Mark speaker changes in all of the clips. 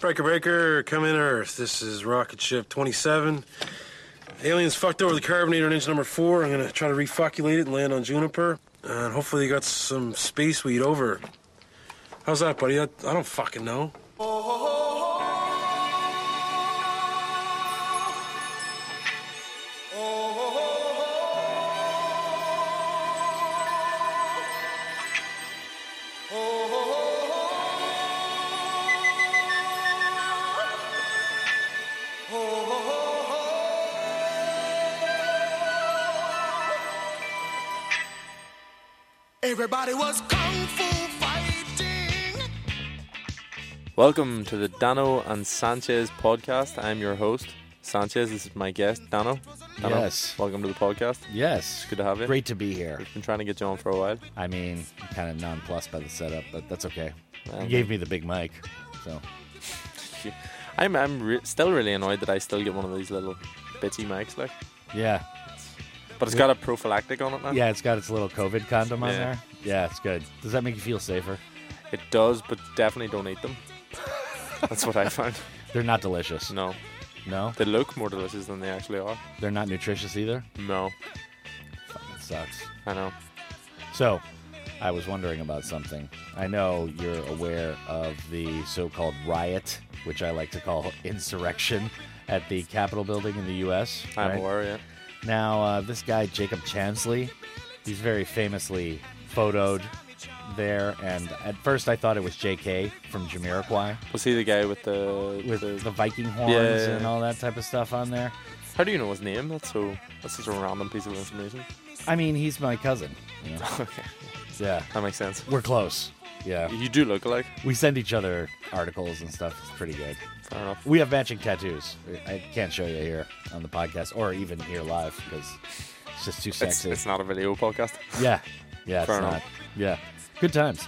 Speaker 1: Breaker Breaker, come in Earth. This is rocket ship 27. Aliens fucked over the carbonator on engine number four. I'm gonna try to refoculate it and land on Juniper. And hopefully you got some space weed over. How's that, buddy? I, I don't fucking know.
Speaker 2: Everybody was kung fu fighting.
Speaker 3: Welcome to the Dano and Sanchez podcast. I'm your host, Sanchez. This is my guest, Dano. Dano,
Speaker 4: Yes.
Speaker 3: Welcome to the podcast.
Speaker 4: Yes.
Speaker 3: Good to have you.
Speaker 4: Great to be here.
Speaker 3: Been trying to get you on for a while.
Speaker 4: I mean, kind of nonplussed by the setup, but that's okay. You gave me the big mic, so
Speaker 3: I'm I'm re- still really annoyed that I still get one of these little bitchy mics, like,
Speaker 4: yeah,
Speaker 3: but it's got a prophylactic on it now.
Speaker 4: yeah. It's got its little COVID condom on
Speaker 3: Yeah.
Speaker 4: there. Yeah, it's good. Does that make you feel safer?
Speaker 3: It does, but definitely don't eat them. That's what I found.
Speaker 4: They're not delicious.
Speaker 3: No,
Speaker 4: No,
Speaker 3: they look more delicious than they actually are.
Speaker 4: they're not nutritious either.
Speaker 3: No,
Speaker 4: It sucks.
Speaker 3: I know.
Speaker 4: So, I was wondering about something. I know you're aware of the so called riot, which I like to call insurrection, at the Capitol building in the U.S.
Speaker 3: I'm
Speaker 4: right?
Speaker 3: aware. Yeah.
Speaker 4: Now, uh, this guy, Jacob Chansley, he's very famously photoed there. And at first, I thought it was JK from Jamiroquai
Speaker 3: Was he the guy with the
Speaker 4: with
Speaker 3: the?
Speaker 4: the Viking horns
Speaker 3: Yeah.
Speaker 4: and all that type of stuff on there.
Speaker 3: How do you know his name? That's so. That's such a random piece of information.
Speaker 4: I mean, he's my cousin. You know?
Speaker 3: Okay,
Speaker 4: yeah.
Speaker 3: that makes sense.
Speaker 4: We're close. Yeah.
Speaker 3: You do look alike.
Speaker 4: We send each other articles and stuff. It's pretty good.
Speaker 3: Fair enough.
Speaker 4: We have matching tattoos. I can't show you here on the podcast or even here live because it's just too
Speaker 3: It's,
Speaker 4: sexy.
Speaker 3: it's not a video podcast.
Speaker 4: Yeah, yeah,
Speaker 3: Fair
Speaker 4: it's
Speaker 3: enough.
Speaker 4: not. Yeah, good times.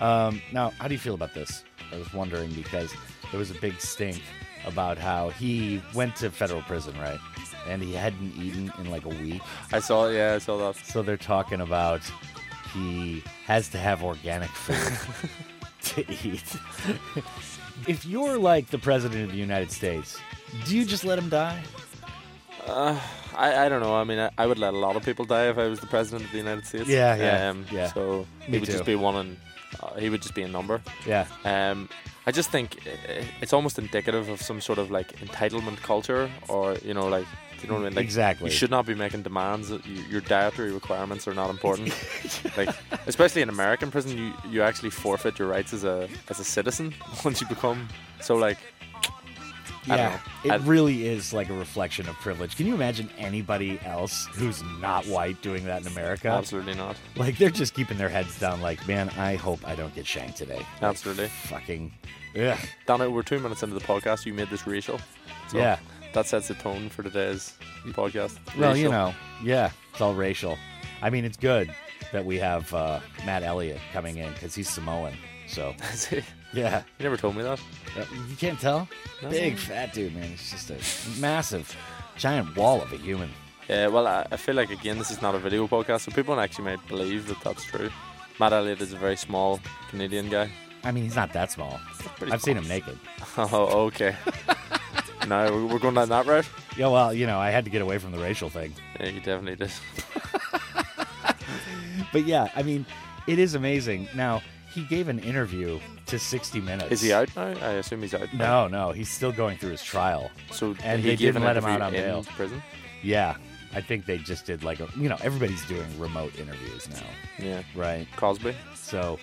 Speaker 4: Um, now, how do you feel about this? I was wondering because there was a big stink about how he went to federal prison, right? And he hadn't eaten in like a week,
Speaker 3: I saw. Yeah, I saw that.
Speaker 4: so they're talking about he has to have organic food to eat. if you're like the president of the United States, do you just let him die?
Speaker 3: I, I don't know. I mean, I, I would let a lot of people die if I was the president of the United States. Um,
Speaker 4: Yeah, yeah, yeah.
Speaker 3: So he
Speaker 4: Me
Speaker 3: would just
Speaker 4: too.
Speaker 3: be one, and uh, he would just be a number.
Speaker 4: Yeah,
Speaker 3: Um, I just think i- i- it's almost indicative of some sort of like entitlement culture, or you know, like do you know what I mean? Like,
Speaker 4: Exactly.
Speaker 3: You should not be making demands. that you- Your dietary requirements are not important. like, especially in American prison, you, you actually forfeit your rights as a as a citizen once you become so like. I don't
Speaker 4: Yeah,
Speaker 3: know.
Speaker 4: it
Speaker 3: I-
Speaker 4: really is like a reflection of privilege. Can you imagine anybody else who's not white doing that in America?
Speaker 3: Absolutely not.
Speaker 4: Like they're just keeping their heads down. Like, man, I hope I don't get shanked today. Like,
Speaker 3: Absolutely.
Speaker 4: fucking. Ugh.
Speaker 3: Donna, we're two minutes into the podcast. You made this racial. So
Speaker 4: Yeah.
Speaker 3: That sets the tone for today's podcast.
Speaker 4: Well, you
Speaker 3: Racial.
Speaker 4: know, yeah, it's all racial. I mean, it's good that we have uh, Matt Elliott coming in because he's Samoan. So,
Speaker 3: you
Speaker 4: yeah,
Speaker 3: never told me that.
Speaker 4: Uh, you can't tell.
Speaker 3: No.
Speaker 4: Big fat dude, man. He's just a massive, giant wall of a human.
Speaker 3: Yeah, well, I, I feel like again this is not a video podcast, so people actually might believe that that's true. Matt Elliott is a very small Canadian guy.
Speaker 4: I mean, he's not that small.
Speaker 3: pretty
Speaker 4: I've seen
Speaker 3: small.
Speaker 4: him naked.
Speaker 3: Oh, okay. no, we- we're going down that route.
Speaker 4: Yeah, well, you know, I had to get away from the racial thing.
Speaker 3: Yeah, you definitely did.
Speaker 4: But yeah, I mean, it is amazing. Now, he gave an interview to 60 Minutes.
Speaker 3: Is he out now? I assume he's out. now.
Speaker 4: No, no, he's still going through his trial.
Speaker 3: So
Speaker 4: And
Speaker 3: he
Speaker 4: they
Speaker 3: gave
Speaker 4: didn't
Speaker 3: an
Speaker 4: let him out
Speaker 3: interview
Speaker 4: on
Speaker 3: in
Speaker 4: bail.
Speaker 3: Prison.
Speaker 4: Yeah, I think they just did like a, you know, everybody's doing remote interviews now,
Speaker 3: Yeah.
Speaker 4: right?
Speaker 3: Cosby.
Speaker 4: So,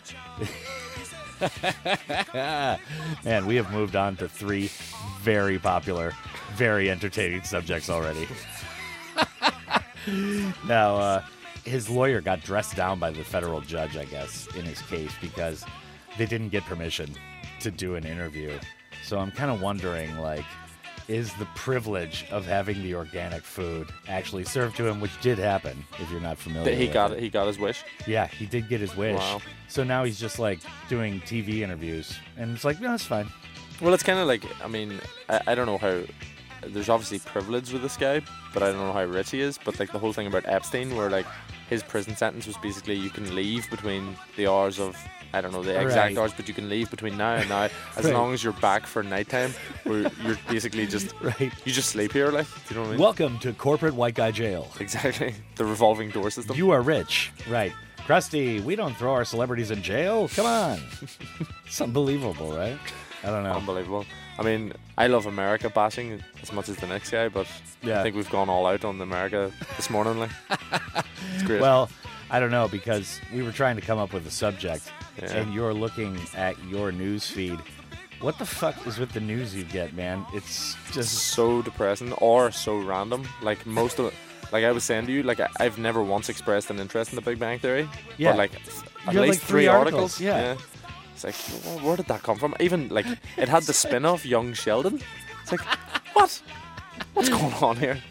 Speaker 4: man, we have moved on to three very popular, very entertaining subjects already. now, uh, his lawyer got dressed down by the federal judge, I guess, in his case because they didn't get permission to do an interview. So I'm kind of wondering, like, is the privilege of having the organic food actually served to him, which did happen, if you're not familiar
Speaker 3: He
Speaker 4: with
Speaker 3: got
Speaker 4: it.
Speaker 3: it. He got his wish.
Speaker 4: Yeah, he did get his wish.
Speaker 3: Wow.
Speaker 4: So now he's just like doing TV interviews, and it's like, no, it's fine.
Speaker 3: Well, it's kind of like I mean I, I don't know how. There's obviously privilege with this guy, but I don't know how rich he is. But like the whole thing about Epstein, where like his prison sentence was basically you can leave between the hours of I don't know the exact
Speaker 4: Right.
Speaker 3: hours, but you can leave between now and now as
Speaker 4: Right.
Speaker 3: long as you're back for nighttime, where you're basically just
Speaker 4: Right.
Speaker 3: You just sleep here, like do you know what I mean?
Speaker 4: Welcome to corporate white guy jail.
Speaker 3: Exactly. The revolving door system.
Speaker 4: You are rich. Right. Krusty, we don't throw our celebrities in jail. Come on. it's unbelievable, right? I don't know.
Speaker 3: Unbelievable. I mean, I love America bashing as much as the next guy, but I
Speaker 4: Yeah.
Speaker 3: think we've gone all out on America this morning. Like, it's great.
Speaker 4: Well, I don't know because we were trying to come up with a subject,
Speaker 3: Yeah.
Speaker 4: and you're looking at your news feed. What the fuck is with the news you get, man? It's just
Speaker 3: so depressing or so random. Like most of, like I was saying to you, like I, I've never once expressed an interest in the Big Bang Theory.
Speaker 4: Yeah.
Speaker 3: But like at
Speaker 4: You had,
Speaker 3: least
Speaker 4: like, three articles, yeah.
Speaker 3: It's like, wh- where did that come from? Even like it had the spin-off Young Sheldon. It's like, what? What's going on here?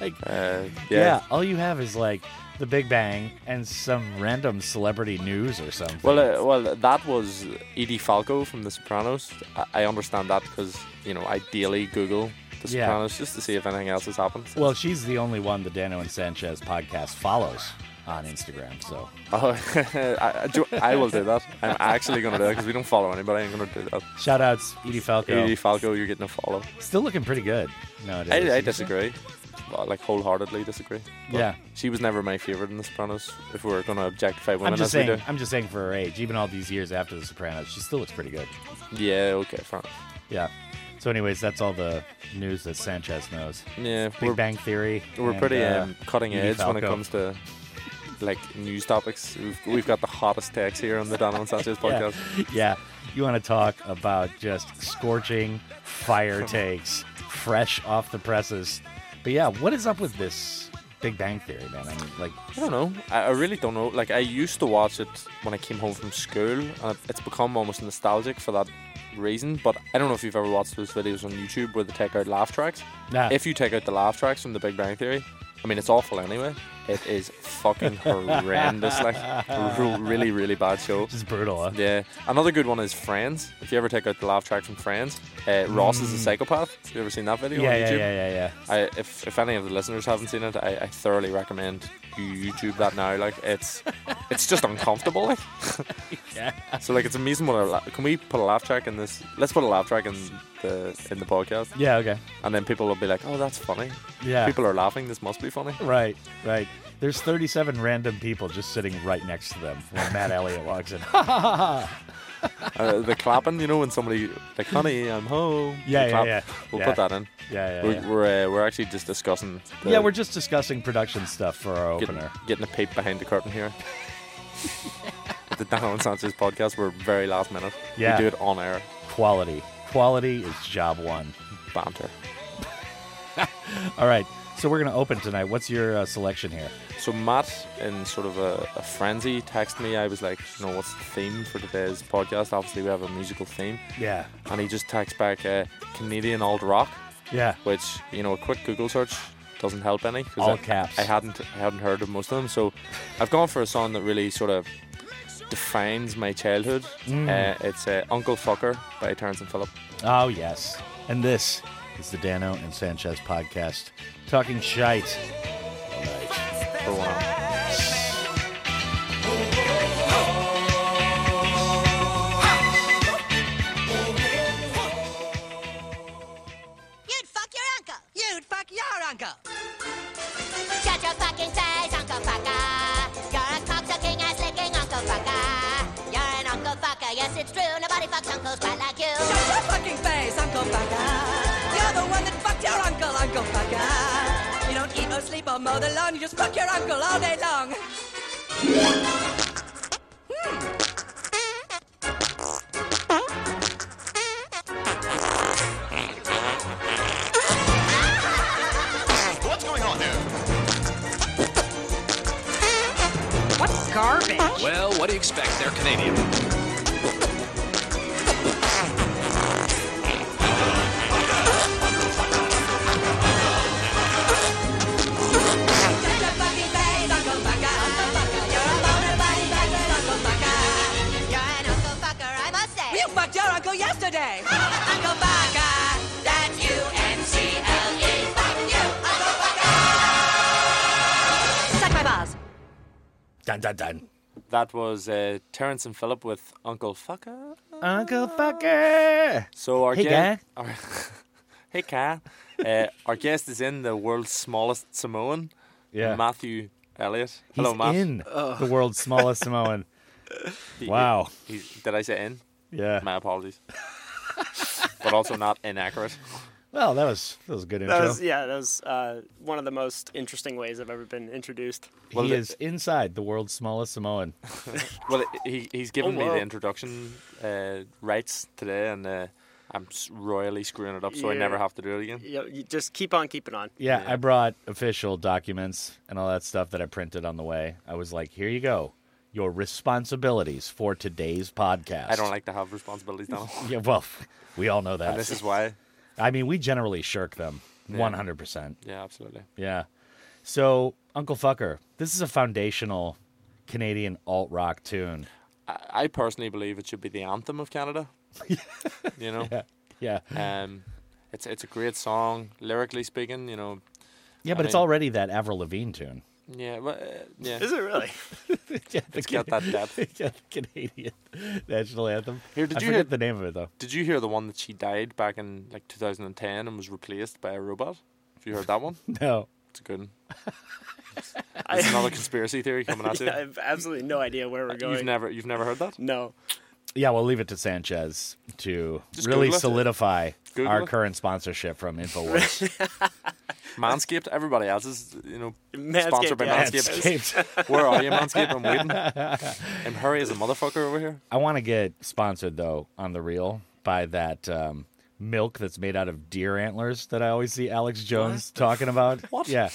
Speaker 4: like, yeah.
Speaker 3: Uh, yeah.
Speaker 4: all you have is like the Big Bang and some random celebrity news or something.
Speaker 3: Well, uh, well, that was Edie Falco from The Sopranos. I, I understand that because you know I daily Google The
Speaker 4: Yeah.
Speaker 3: Sopranos just to see if anything else has happened.
Speaker 4: well, she's the only one the Dano and Sanchez podcast follows on Instagram. So
Speaker 3: Oh, I, I do- I will do that. I'm actually going to do that because we don't follow anybody. I'm going to do that.
Speaker 4: shout outs, Edie Falco.
Speaker 3: Edie Falco, you're getting a follow.
Speaker 4: Still looking pretty good nowadays.
Speaker 3: I, I
Speaker 4: isn't she?
Speaker 3: disagree. Well, like wholeheartedly disagree. But
Speaker 4: Yeah.
Speaker 3: She was never my favorite in The Sopranos. If we we're going to objectify women
Speaker 4: I'm just
Speaker 3: as we
Speaker 4: saying.
Speaker 3: do.
Speaker 4: I'm just saying for her age, even all these years after The Sopranos, she still looks pretty good.
Speaker 3: Yeah. Okay. Fine.
Speaker 4: Yeah. So, anyways, that's all the news that Sanchez knows.
Speaker 3: Yeah.
Speaker 4: Big
Speaker 3: we're
Speaker 4: Bang Theory.
Speaker 3: we're
Speaker 4: and,
Speaker 3: pretty
Speaker 4: uh,
Speaker 3: um, cutting
Speaker 4: Edie
Speaker 3: edge when it
Speaker 4: Falco.
Speaker 3: comes to like news topics. We've, we've got the hottest takes here on the Donald and Sanchez podcast.
Speaker 4: Yeah. yeah. You want to talk about just scorching fire takes, fresh off the presses. But yeah, what is up with this Big Bang Theory, man? I mean, like,
Speaker 3: I don't know. I, I really don't know. Like I used to watch it when I came home from school, and it- it's become almost nostalgic for that reason. But I don't know if you've ever watched those videos on YouTube where they take out laugh tracks.
Speaker 4: nah,
Speaker 3: If you take out the laugh tracks from The Big Bang Theory, I mean it's awful anyway. It is fucking horrendous. like a real- really, really bad show.
Speaker 4: this is brutal. Huh?
Speaker 3: Yeah. Another good one is Friends. If you ever take out the laugh track from Friends, uh, Ross is a psychopath. Have you ever seen that video
Speaker 4: Hmm. Yeah,
Speaker 3: on
Speaker 4: yeah,
Speaker 3: YouTube?
Speaker 4: yeah, yeah, yeah.
Speaker 3: I, if, if any of the listeners haven't seen it, I, I thoroughly recommend you YouTube that now. Like it's it's just uncomfortable. Like. So like it's amazing what a la- can we put a laugh track in this? Let's put a laugh track in the in the podcast,
Speaker 4: Yeah, okay.
Speaker 3: and then people will be like, "Oh, that's funny."
Speaker 4: Yeah.
Speaker 3: People are laughing. This must be funny.
Speaker 4: Right, right. There's 37 random people just sitting right next to them when Matt Elliott walks in.
Speaker 3: Uh, the clapping, you know, when somebody like, "Honey, I'm home."
Speaker 4: Yeah,
Speaker 3: The
Speaker 4: yeah, yeah.
Speaker 3: We'll
Speaker 4: Yeah.
Speaker 3: put that in.
Speaker 4: Yeah, yeah,
Speaker 3: We're
Speaker 4: yeah.
Speaker 3: we're, uh, we're actually just discussing. the-
Speaker 4: yeah, we're just discussing production stuff for our
Speaker 3: getting,
Speaker 4: opener.
Speaker 3: getting a peep behind the curtain here. At the Down and Sanchez podcast, we're very last minute.
Speaker 4: Yeah.
Speaker 3: We do it on air.
Speaker 4: Quality. Quality is job one.
Speaker 3: Banter.
Speaker 4: All right, so we're going to open tonight. What's your uh, selection here?
Speaker 3: So Matt, in sort of a, a frenzy, texted me. I was like, you know, what's the theme for today's podcast? Obviously, we have a musical theme.
Speaker 4: Yeah.
Speaker 3: And he just texts back uh, Canadian Old Rock,
Speaker 4: Yeah.
Speaker 3: which, you know, a quick Google search doesn't help any. 'cause
Speaker 4: All
Speaker 3: I,
Speaker 4: caps.
Speaker 3: I hadn't, I hadn't heard of most of them. So I've gone for a song that really sort of defines my childhood.
Speaker 4: Mm.
Speaker 3: Uh, it's uh, Uncle Fucker by Terrence and Phillip.
Speaker 4: Oh, yes. And this is the Dano and Sanchez podcast, talking shite. All right.
Speaker 3: for one.
Speaker 5: You'd fuck your uncle. You'd fuck your uncle. Shut your fucking face, uncle fucker. You're a cocksucking ass licking uncle fucker. You're an uncle fucker. Yes, it's true. Nobody fucks uncles quite like you.
Speaker 6: Shut your fucking face, Uncle Fucker. You're the one that fucked your uncle, Uncle Fucker. You don't eat or sleep or mow the lawn. You just fuck your uncle all day long. Hmm.
Speaker 2: What's going on there?
Speaker 6: What garbage?
Speaker 7: Well, what do you expect? They're Canadian.
Speaker 6: Shut your fucking face, Uncle Fucker. You're a boner body bangers, Uncle Fucker.
Speaker 5: You're an uncle fucker, I must say.
Speaker 6: You fucked your uncle yesterday. Uncle Fucker. That's E. U-N-C-L-E. Fuck you, Uncle Fucker. Suck my balls.
Speaker 4: Dun dun dun.
Speaker 3: That was uh, Terrence and Philip with Uncle Fucker.
Speaker 4: Uncle Fucker.
Speaker 3: So our
Speaker 4: Hey,
Speaker 3: guest, our, hey Ka, uh, our guest is in the world's smallest Samoan,
Speaker 4: Yeah.
Speaker 3: Matthew Elliott.
Speaker 4: He's
Speaker 3: Hello, Oh. Matt.
Speaker 4: in the world's smallest Samoan.
Speaker 3: He-
Speaker 4: Wow.
Speaker 3: he- he- did I say in?
Speaker 4: Yeah.
Speaker 3: My apologies, but also not inaccurate.
Speaker 4: Well, that was that was a good intro.
Speaker 8: That was yeah, that was uh, one of the most interesting ways I've ever been introduced.
Speaker 3: Well,
Speaker 4: he
Speaker 3: the-
Speaker 4: is inside the world's smallest Samoan.
Speaker 3: Well, he, he's given
Speaker 8: Oh,
Speaker 3: me
Speaker 8: wow.
Speaker 3: the introduction uh, rights today, and uh, I'm s- royally screwing it up, so I
Speaker 8: Yeah.
Speaker 3: never have to do it again.
Speaker 8: You, know, you just keep on keeping on.
Speaker 4: Yeah, I brought official documents and all that stuff that I printed on the way. I was like, "Here you go, your responsibilities for today's podcast."
Speaker 3: I don't like to have responsibilities now.
Speaker 4: Yeah, well, we all know that.
Speaker 3: this is why.
Speaker 4: I mean, we generally shirk them, one hundred percent.
Speaker 3: Yeah, absolutely.
Speaker 4: Yeah. So, Uncle Fucker, this is a foundational Canadian alt rock tune.
Speaker 3: I, I personally believe it should be the anthem of Canada. you know,
Speaker 4: Yeah,
Speaker 3: um, it's it's a great song lyrically speaking. You know,
Speaker 4: yeah, but it's
Speaker 3: mean-
Speaker 4: already that Avril Lavigne tune.
Speaker 3: yeah, well, uh, yeah,
Speaker 8: Is it really?
Speaker 4: yeah, the
Speaker 3: it's got that depth.
Speaker 4: yeah, the Canadian national anthem.
Speaker 3: Here, did
Speaker 4: I
Speaker 3: you
Speaker 4: forget
Speaker 3: hear-
Speaker 4: the name of it though?
Speaker 3: Did you hear the one that she died back in like 2010 and was replaced by a robot? Have you heard that one?
Speaker 4: No.
Speaker 3: It's a good. One.
Speaker 8: I,
Speaker 3: It's another conspiracy theory coming at you.
Speaker 8: I have absolutely no idea where we're going.
Speaker 3: Uh, You've never you've never heard that?
Speaker 8: no.
Speaker 4: Yeah, we'll leave it to Sanchez to
Speaker 3: Just
Speaker 4: really
Speaker 3: Google it.
Speaker 4: solidify
Speaker 3: Google
Speaker 4: our
Speaker 3: it.
Speaker 4: current sponsorship from InfoWars.
Speaker 3: Manscaped, everybody else is you know
Speaker 8: Manscaped,
Speaker 3: sponsored by
Speaker 8: yeah.
Speaker 3: Manscaped. Where are you, Manscaped? I'm waiting. I'm hurry as a motherfucker over here.
Speaker 4: I want to get sponsored though on the reel by that um, milk that's made out of deer antlers that I always see Alex Jones talking about.
Speaker 3: What?
Speaker 4: Yeah,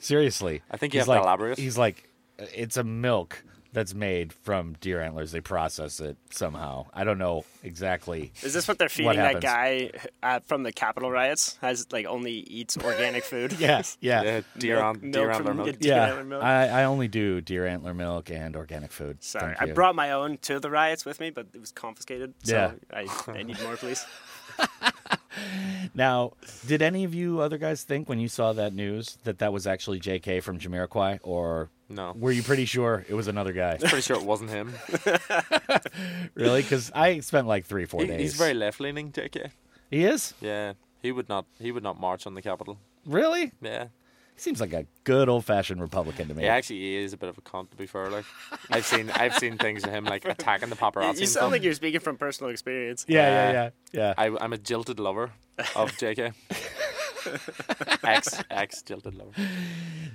Speaker 4: seriously.
Speaker 3: I think you
Speaker 4: He's
Speaker 3: have to
Speaker 4: like,
Speaker 3: elaborate.
Speaker 4: He's like, it's a milk that's made from deer antlers. They process it somehow. I don't know exactly.
Speaker 8: Is this what they're feeding that
Speaker 4: happens?
Speaker 8: guy uh, from the Capitol riots? Has like only eats organic food.
Speaker 4: Yes. Yeah.
Speaker 3: Yeah, deer
Speaker 8: Milk-
Speaker 3: on deer
Speaker 8: milk
Speaker 3: antler
Speaker 8: from
Speaker 3: milk.
Speaker 8: the- deer
Speaker 4: Yeah,
Speaker 8: antler milk?
Speaker 4: I, I only do deer antler milk and organic food.
Speaker 8: Sorry,
Speaker 4: Thank
Speaker 8: I
Speaker 4: you.
Speaker 8: brought my own to the riots with me, but it was confiscated. So
Speaker 4: Yeah.
Speaker 8: I, I need more, please.
Speaker 4: Now, did any of you other guys think when you saw that news that that was actually J.K. from Jamiroquai, or
Speaker 3: No.
Speaker 4: were you pretty sure it was another guy?
Speaker 3: Pretty sure it wasn't him.
Speaker 4: really? Because I spent like three, four
Speaker 3: He-
Speaker 4: days.
Speaker 3: he's very left leaning, JK.
Speaker 4: He is
Speaker 3: Yeah. He would not he would not march on the Capitol.
Speaker 4: really.
Speaker 3: Yeah.
Speaker 4: He seems like a good old fashioned Republican to me.
Speaker 3: He actually is a bit of a cunt to be fair, like I've seen I've seen things of him like attacking the paparazzi.
Speaker 8: You
Speaker 3: and
Speaker 8: sound
Speaker 3: stuff.
Speaker 8: like you're speaking from personal experience.
Speaker 4: yeah, yeah,
Speaker 3: uh,
Speaker 4: yeah, yeah.
Speaker 3: I, I'm a jilted lover of JK. ex ex jilted lover.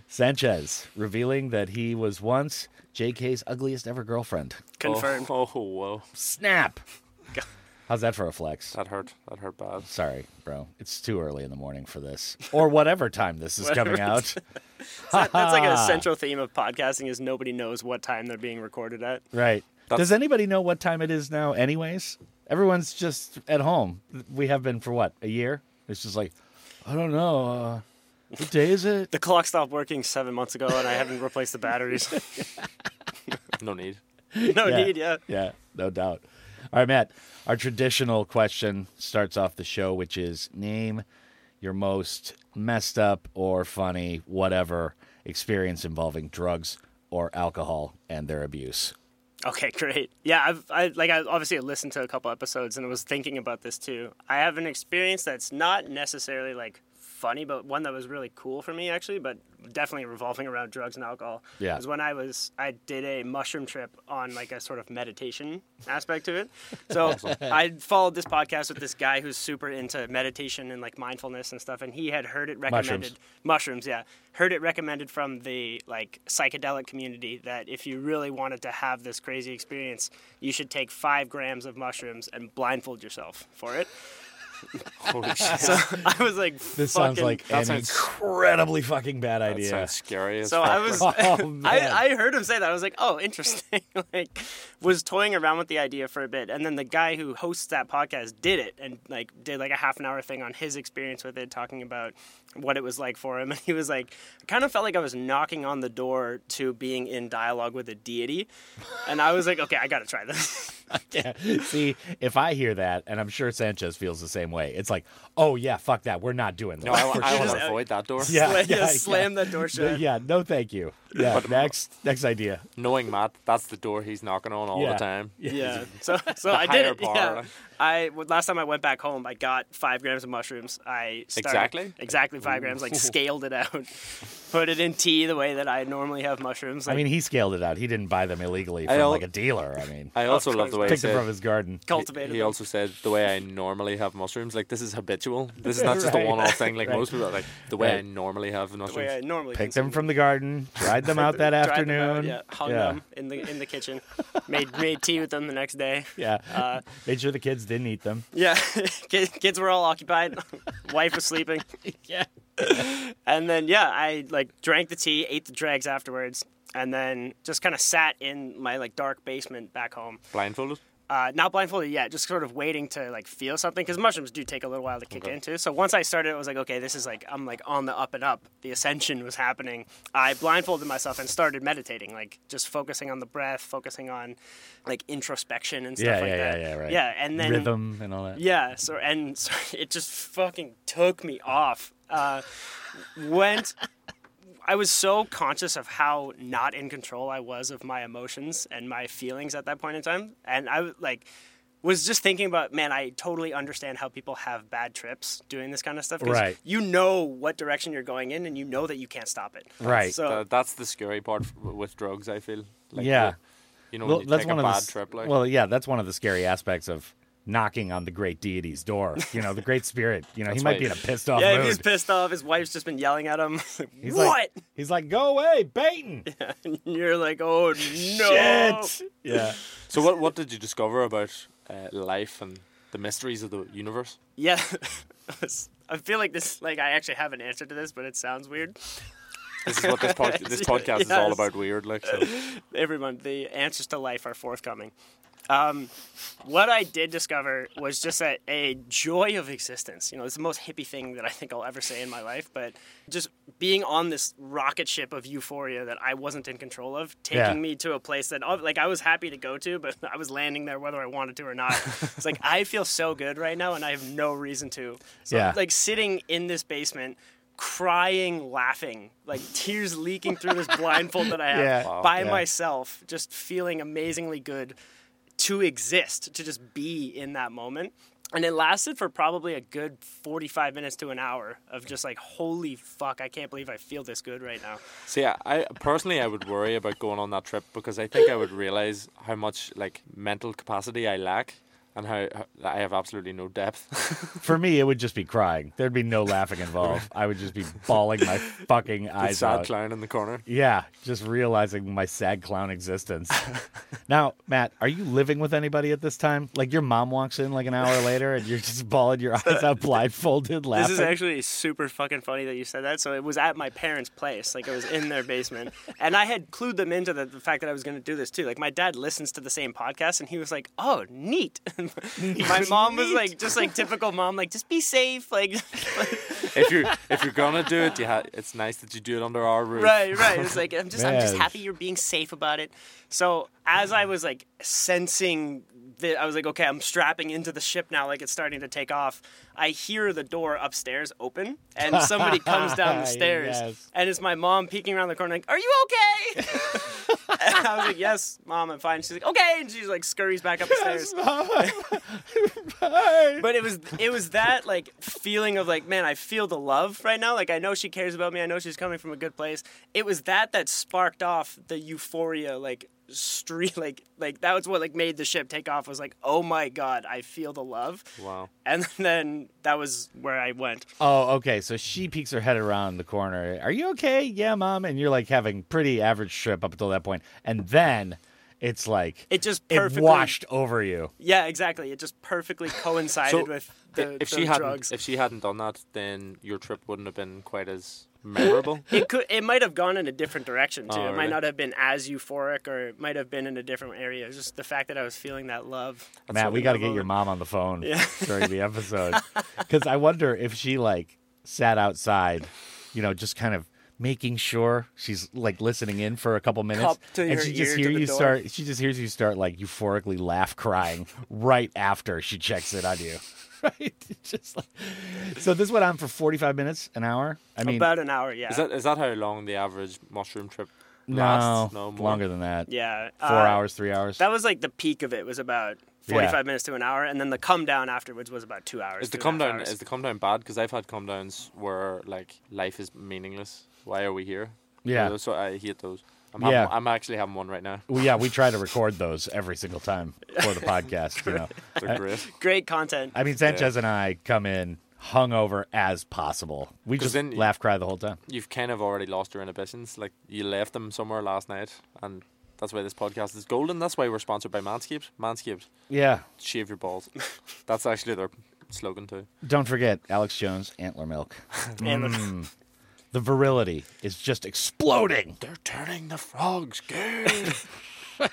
Speaker 4: Sanchez revealing that he was once J.K.'s ugliest ever girlfriend.
Speaker 8: Confirmed.
Speaker 3: Oh, oh whoa,
Speaker 4: Snap. How's that for a flex?
Speaker 3: that hurt. That hurt bad.
Speaker 4: Sorry, bro. It's too early in the morning for this, or whatever time this is coming out.
Speaker 8: That- that's like a central theme of podcasting is nobody knows what time they're being recorded at.
Speaker 4: Right.
Speaker 3: That's-
Speaker 4: Does anybody know what time it is now, anyways? Everyone's just at home. We have been for what, a year? It's just like, I don't know. Uh, what day is it?
Speaker 8: The clock stopped working seven months ago, and I haven't replaced the batteries.
Speaker 3: No need.
Speaker 8: no need, yeah.
Speaker 4: Yeah, no doubt. All right, Matt, our traditional question starts off the show, which is name your most messed up or funny, whatever experience involving drugs or alcohol and their abuse.
Speaker 8: Okay, great. Yeah, I've I, like I obviously listened to a couple episodes and was thinking about this too. I have an experience that's not necessarily like funny, but one that was really cool for me actually, but definitely revolving around drugs and alcohol.
Speaker 4: Yeah.
Speaker 8: was when I was I did a mushroom trip on like a sort of meditation aspect to it. So I followed this podcast with this guy who's super into meditation and like mindfulness and stuff, and he had heard it recommended mushrooms yeah heard it recommended from the like psychedelic community that if you really wanted to have this crazy experience you should take five grams of mushrooms and blindfold yourself for it
Speaker 3: Holy shit.
Speaker 8: so i was like
Speaker 4: This
Speaker 8: fucking,
Speaker 4: sounds like
Speaker 3: that
Speaker 4: an
Speaker 3: sounds-
Speaker 4: incredibly fucking bad
Speaker 3: That
Speaker 4: idea.
Speaker 3: sounds scary. As
Speaker 8: so
Speaker 3: fuck.
Speaker 8: i was
Speaker 4: Oh, man.
Speaker 8: I, I heard him say that. I was like, oh, interesting. like, was toying around with the idea for a bit, and then the guy who hosts that podcast did it, and like did like a half an hour thing on his experience with it, talking about what it was like for him. And he was like, I kind of felt like I was knocking on the door to being in dialogue with a deity, and I was like, okay, I gotta try this.
Speaker 4: Yeah. See, if I hear that, and I'm sure Sanchez feels the same way, it's like, oh yeah, fuck that. We're not doing that.
Speaker 3: No, I, wa- I want
Speaker 8: just- uh,
Speaker 3: to avoid that door.
Speaker 4: Yeah,
Speaker 8: Like,
Speaker 4: yeah,
Speaker 8: just slam that door shut.
Speaker 4: yeah, no, thank you. Yeah. next, next idea.
Speaker 3: Knowing Matt, that's the door he's knocking on all
Speaker 4: Yeah.
Speaker 3: the time.
Speaker 8: Yeah. So so
Speaker 3: The
Speaker 8: I
Speaker 3: higher
Speaker 8: did it.
Speaker 3: bar,
Speaker 8: Yeah.
Speaker 3: like.
Speaker 8: I well, last time I went back home, I got five grams of mushrooms. I started,
Speaker 3: Exactly?
Speaker 8: exactly five grams. Like scaled it out, put it in tea the way that I normally have mushrooms. Like,
Speaker 4: I mean, he scaled it out. He didn't buy them illegally
Speaker 3: I
Speaker 4: from
Speaker 3: al-
Speaker 4: like a dealer. I mean,
Speaker 3: I also
Speaker 8: course.
Speaker 3: love the way he
Speaker 4: picked them
Speaker 3: said,
Speaker 4: from his garden.
Speaker 8: cultivated.
Speaker 3: He
Speaker 8: them.
Speaker 3: also said the way I normally have mushrooms, like this is habitual. This is not just
Speaker 4: Right.
Speaker 3: a one-off thing. Like most people, are like the way I
Speaker 4: Right.
Speaker 3: normally have
Speaker 8: the way I
Speaker 3: mushrooms.
Speaker 8: normally
Speaker 4: Picked them
Speaker 8: consume
Speaker 4: from the garden, dried them out that
Speaker 8: Dried them out,
Speaker 4: afternoon.
Speaker 8: yeah, hung
Speaker 4: yeah.
Speaker 8: them in the in the kitchen. Made made tea with them the next day.
Speaker 4: Yeah.
Speaker 8: Uh,
Speaker 4: Made sure the kids didn't eat them.
Speaker 8: yeah, kids, kids were all occupied. Wife was sleeping.
Speaker 4: Yeah.
Speaker 8: And then yeah, I like drank the tea, ate the dregs afterwards, and then just kind of sat in my like dark basement back home,
Speaker 3: Blindfolded.
Speaker 8: uh, not blindfolded yet, just sort of waiting to like feel something because mushrooms do take a little while to kick into. So once I started, I was like, okay, this is like I'm like on the up and up. The ascension was happening. I blindfolded myself and started meditating, like just focusing on the breath, focusing on like introspection and stuff
Speaker 4: Yeah,
Speaker 8: like
Speaker 4: yeah,
Speaker 8: that.
Speaker 4: yeah, yeah, right.
Speaker 8: Yeah, and then
Speaker 4: Rhythm and all that.
Speaker 8: yeah, so and so it just fucking took me off. Uh, went. I was so conscious of how not in control I was of my emotions and my feelings at that point in time, and I like was just thinking about man i totally understand how people have bad trips doing this kind of stuff 'cause
Speaker 4: Right.
Speaker 8: you know what direction you're going in and you know that you can't stop it
Speaker 4: Right.
Speaker 8: so
Speaker 3: Tha- that's the scary part f- with drugs. I feel. Like
Speaker 4: Yeah.
Speaker 3: the- you know,
Speaker 4: Well,
Speaker 3: when you
Speaker 4: that's
Speaker 3: take
Speaker 4: one
Speaker 3: a
Speaker 4: of
Speaker 3: bad
Speaker 4: the, s-
Speaker 3: trip, like
Speaker 4: Well, yeah, that's one of the scary aspects of knocking on the great deity's door. You know, the great spirit. You know, he
Speaker 3: That's
Speaker 4: might
Speaker 3: right.
Speaker 4: be in a pissed off
Speaker 8: yeah
Speaker 4: mood.
Speaker 8: if he's pissed off his wife's just been yelling at him
Speaker 4: He's
Speaker 8: what
Speaker 4: Like, he's like, go away, Baton.
Speaker 8: and you're like oh no
Speaker 4: Shit. Yeah.
Speaker 3: So what what did you discover about uh, life and the mysteries of the universe?
Speaker 8: Yeah. I feel like this, like, I actually have an answer to this, but it sounds weird.
Speaker 3: This is what this pod- this podcast is all
Speaker 8: Yes.
Speaker 3: about. Weird, like so.
Speaker 8: Everyone, the answers to life are forthcoming. Um, what I did discover was just that a joy of existence. You know, it's the most hippie thing that I think I'll ever say in my life, but just being on this rocket ship of euphoria that I wasn't in control of, taking
Speaker 4: Yeah.
Speaker 8: me to a place that, oh, like, I was happy to go to, but I was landing there whether I wanted to or not. it's like, I feel so good right now, and I have no reason to. So,
Speaker 4: Yeah.
Speaker 8: like, sitting in this basement, crying, laughing, like, tears leaking through this blindfold that I have
Speaker 4: Yeah. Wow.
Speaker 8: by
Speaker 4: Yeah.
Speaker 8: myself, just feeling amazingly good to exist, to just be in that moment. And it lasted for probably a good 45 minutes to an hour of just like, holy fuck, I can't believe I feel this good right now.
Speaker 3: See, I, I personally I would worry about going on that trip because I think I would realize how much like mental capacity I lack and how, how I have absolutely no depth.
Speaker 4: For me, it would just be crying. There'd be no laughing involved. I would just be bawling my fucking
Speaker 3: the
Speaker 4: eyes
Speaker 3: sad
Speaker 4: out.
Speaker 3: clown in the corner.
Speaker 4: Yeah, just realizing my sad clown existence. now, Matt, are you living with anybody at this time? Like your mom walks in like an hour later and you're just bawling your eyes out blindfolded laughing.
Speaker 8: This is actually super fucking funny that you said that. So it was at my parents' place, like it was in their basement, and I had clued them into the, the fact that I was going to do this too. Like my dad listens to the same podcast, and he was like, "Oh, neat." my mom was like, just like typical mom, like just be safe, like
Speaker 3: If you if you're gonna do it, you ha- it's nice that you do it under our roof.
Speaker 8: right, right. It's like I'm just I'm just
Speaker 4: Man.
Speaker 8: happy you're being safe about it. So as I was like sensing that I was like, okay, I'm strapping into the ship now, like it's starting to take off. I hear the door upstairs open, and somebody comes down the stairs,
Speaker 4: Yes.
Speaker 8: and it's my mom peeking around the corner, like, "Are you okay?" and I was like, "Yes, mom, I'm fine." She's like, "Okay," and she's like scurries back up the stairs. But it was it was that like feeling of like, man, I feel the love right now. Like I know she cares about me. I know she's coming from a good place. It was that that sparked off the euphoria, like street, like like that was what like made the ship take off. Was like, oh my god, I feel the love.
Speaker 3: Wow.
Speaker 8: And then that was where I went.
Speaker 4: Oh, okay. So she peeks her head around the corner. Are you okay? Yeah, mom. And you're like having pretty average trip up until that point. And then it's like
Speaker 8: It just
Speaker 4: it
Speaker 8: perfectly
Speaker 4: washed over you.
Speaker 8: Yeah, exactly. It just perfectly coincided
Speaker 3: So
Speaker 8: with the,
Speaker 3: if
Speaker 8: the
Speaker 3: she hadn't
Speaker 8: drugs.
Speaker 3: if she hadn't done that, then your trip wouldn't have been quite as memorable.
Speaker 8: it could it might have gone in a different direction too.
Speaker 3: Oh,
Speaker 8: it might
Speaker 3: really?
Speaker 8: not have been as euphoric or it might have been in a different area. It was Just the fact that I was feeling that love.
Speaker 4: Matt, we got to get
Speaker 8: level.
Speaker 4: your mom on the phone during the episode because I wonder if she like sat outside, you know, just kind of making sure she's like listening in for a couple minutes,
Speaker 8: Cup to
Speaker 4: and
Speaker 8: your
Speaker 4: she just
Speaker 8: ear
Speaker 4: hear
Speaker 8: to the
Speaker 4: you
Speaker 8: door.
Speaker 4: start. She just hears you start like euphorically laugh crying right after she checks in on you. Right, It's just like so. This went on for forty-five minutes, an hour. I mean,
Speaker 8: About an hour, yeah.
Speaker 3: Is that is that how long the average mushroom trip Lasts?
Speaker 4: no,
Speaker 3: No, more.
Speaker 4: longer than that.
Speaker 8: Yeah.
Speaker 4: Four
Speaker 8: uh,
Speaker 4: hours, three hours.
Speaker 8: That was like the peak of it. Was about forty-five minutes to an hour, and then the come down afterwards was about two hours.
Speaker 3: Is the
Speaker 8: two
Speaker 3: come
Speaker 8: and a half
Speaker 3: down
Speaker 8: hours.
Speaker 3: is the come down bad? Because I've had come downs where like life is meaningless. Why are we here? You
Speaker 4: Yeah.
Speaker 3: know, so I hate those. I'm having,
Speaker 4: Yeah.
Speaker 3: I'm actually having one right now.
Speaker 4: Well, yeah, we try to record those every single time for the podcast. You know,
Speaker 3: They're great.
Speaker 8: great content?
Speaker 4: I mean, Sanchez and I come in hungover as possible. We
Speaker 3: 'Cause
Speaker 4: just
Speaker 3: then-
Speaker 4: laugh, cry the whole time.
Speaker 3: You've kind of already lost your inhibitions. Like you left them somewhere last night, and that's why this podcast is golden. That's why we're sponsored by Manscaped. Manscaped,
Speaker 4: Yeah.
Speaker 3: shave your balls. that's actually their slogan too.
Speaker 4: Don't forget Alex Jones, antler milk. Mm.
Speaker 8: And the-
Speaker 4: The virility is just exploding.
Speaker 3: They're turning the frogs gay.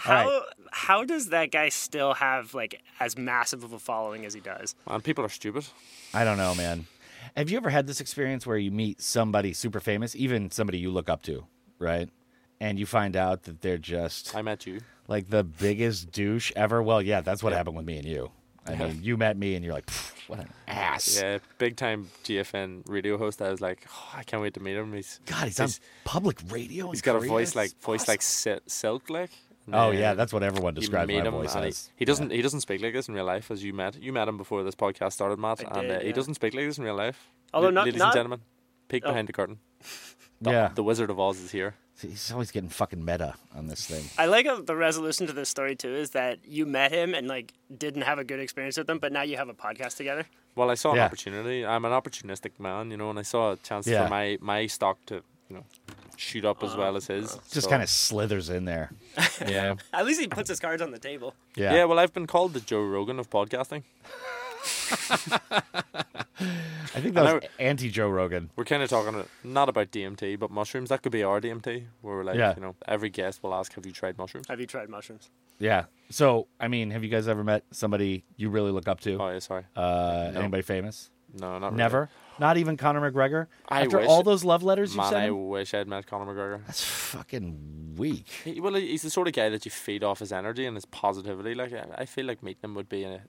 Speaker 8: how how does that guy still have like as massive of a following as he does?
Speaker 3: and people are stupid.
Speaker 4: I don't know, man. Have you ever had this experience where you meet somebody super famous, even somebody you look up to, right? And you find out that they're just
Speaker 3: I met you.
Speaker 4: like the biggest douche ever. Well, yeah, that's what happened with me and you. I mean, you met me and you're like, "Pfft, what an ass.
Speaker 3: Yeah, big time GFN radio host. I was like, "Oh, I can't wait to meet him. He's
Speaker 4: God, he's on public radio.
Speaker 3: he's
Speaker 4: in
Speaker 3: got a
Speaker 4: Korea?
Speaker 3: voice like
Speaker 4: It's
Speaker 3: voice like si- silk like. And
Speaker 4: Oh
Speaker 3: then
Speaker 4: yeah, that's what everyone
Speaker 3: you
Speaker 4: describes
Speaker 3: meet
Speaker 4: my
Speaker 3: him
Speaker 4: voice
Speaker 3: and he-
Speaker 4: as.
Speaker 3: He, doesn't he doesn't speak like this in real life as you met you met him before this podcast started, Matt, and
Speaker 8: did,
Speaker 3: uh, he
Speaker 8: yeah.
Speaker 3: doesn't speak like this in real life.
Speaker 8: Although
Speaker 3: La-
Speaker 8: not-
Speaker 3: ladies
Speaker 8: not-
Speaker 3: and
Speaker 8: Oh.
Speaker 3: gentlemen, peek behind the curtain. The,
Speaker 4: Yeah.
Speaker 3: the Wizard of Oz is here.
Speaker 4: He's always getting fucking meta on this thing.
Speaker 8: I like how the resolution to this story too is that you met him and like didn't have a good experience with him, but now you have a podcast together.
Speaker 3: Well, I saw an
Speaker 4: Yeah.
Speaker 3: opportunity. I'm an opportunistic man, you know, and I saw a chance
Speaker 4: Yeah.
Speaker 3: for my my stock to you know shoot up
Speaker 8: Uh,
Speaker 3: as well as his.
Speaker 4: Just
Speaker 3: so-
Speaker 4: kind of slithers in there.
Speaker 3: yeah.
Speaker 8: At least he puts his cards on the table.
Speaker 4: Yeah.
Speaker 3: yeah. well, I've been called the Joe Rogan of podcasting.
Speaker 4: I think that
Speaker 3: I
Speaker 4: was anti Joe Rogan.
Speaker 3: We're kind of talking uh, not about DMT, but mushrooms. That could be our DMT, where we're like,
Speaker 4: Yeah.
Speaker 3: you know, every guest will ask, "Have you tried mushrooms?"
Speaker 8: Have you tried mushrooms?
Speaker 4: Yeah. So, I mean, have you guys ever met somebody you really look up to?
Speaker 3: Oh, yeah, sorry.
Speaker 4: Uh, Anybody famous?
Speaker 3: no, not really.
Speaker 4: Never. Not even Conor McGregor.
Speaker 3: I
Speaker 4: After
Speaker 3: wish-
Speaker 4: all those love letters you
Speaker 3: Man,
Speaker 4: sent,
Speaker 3: I
Speaker 4: him?
Speaker 3: wish I'd met Conor McGregor.
Speaker 4: that's fucking weak.
Speaker 3: He, well, he's the sort of guy that you feed off his energy and his positivity. Like, I, I feel like meeting him would be a,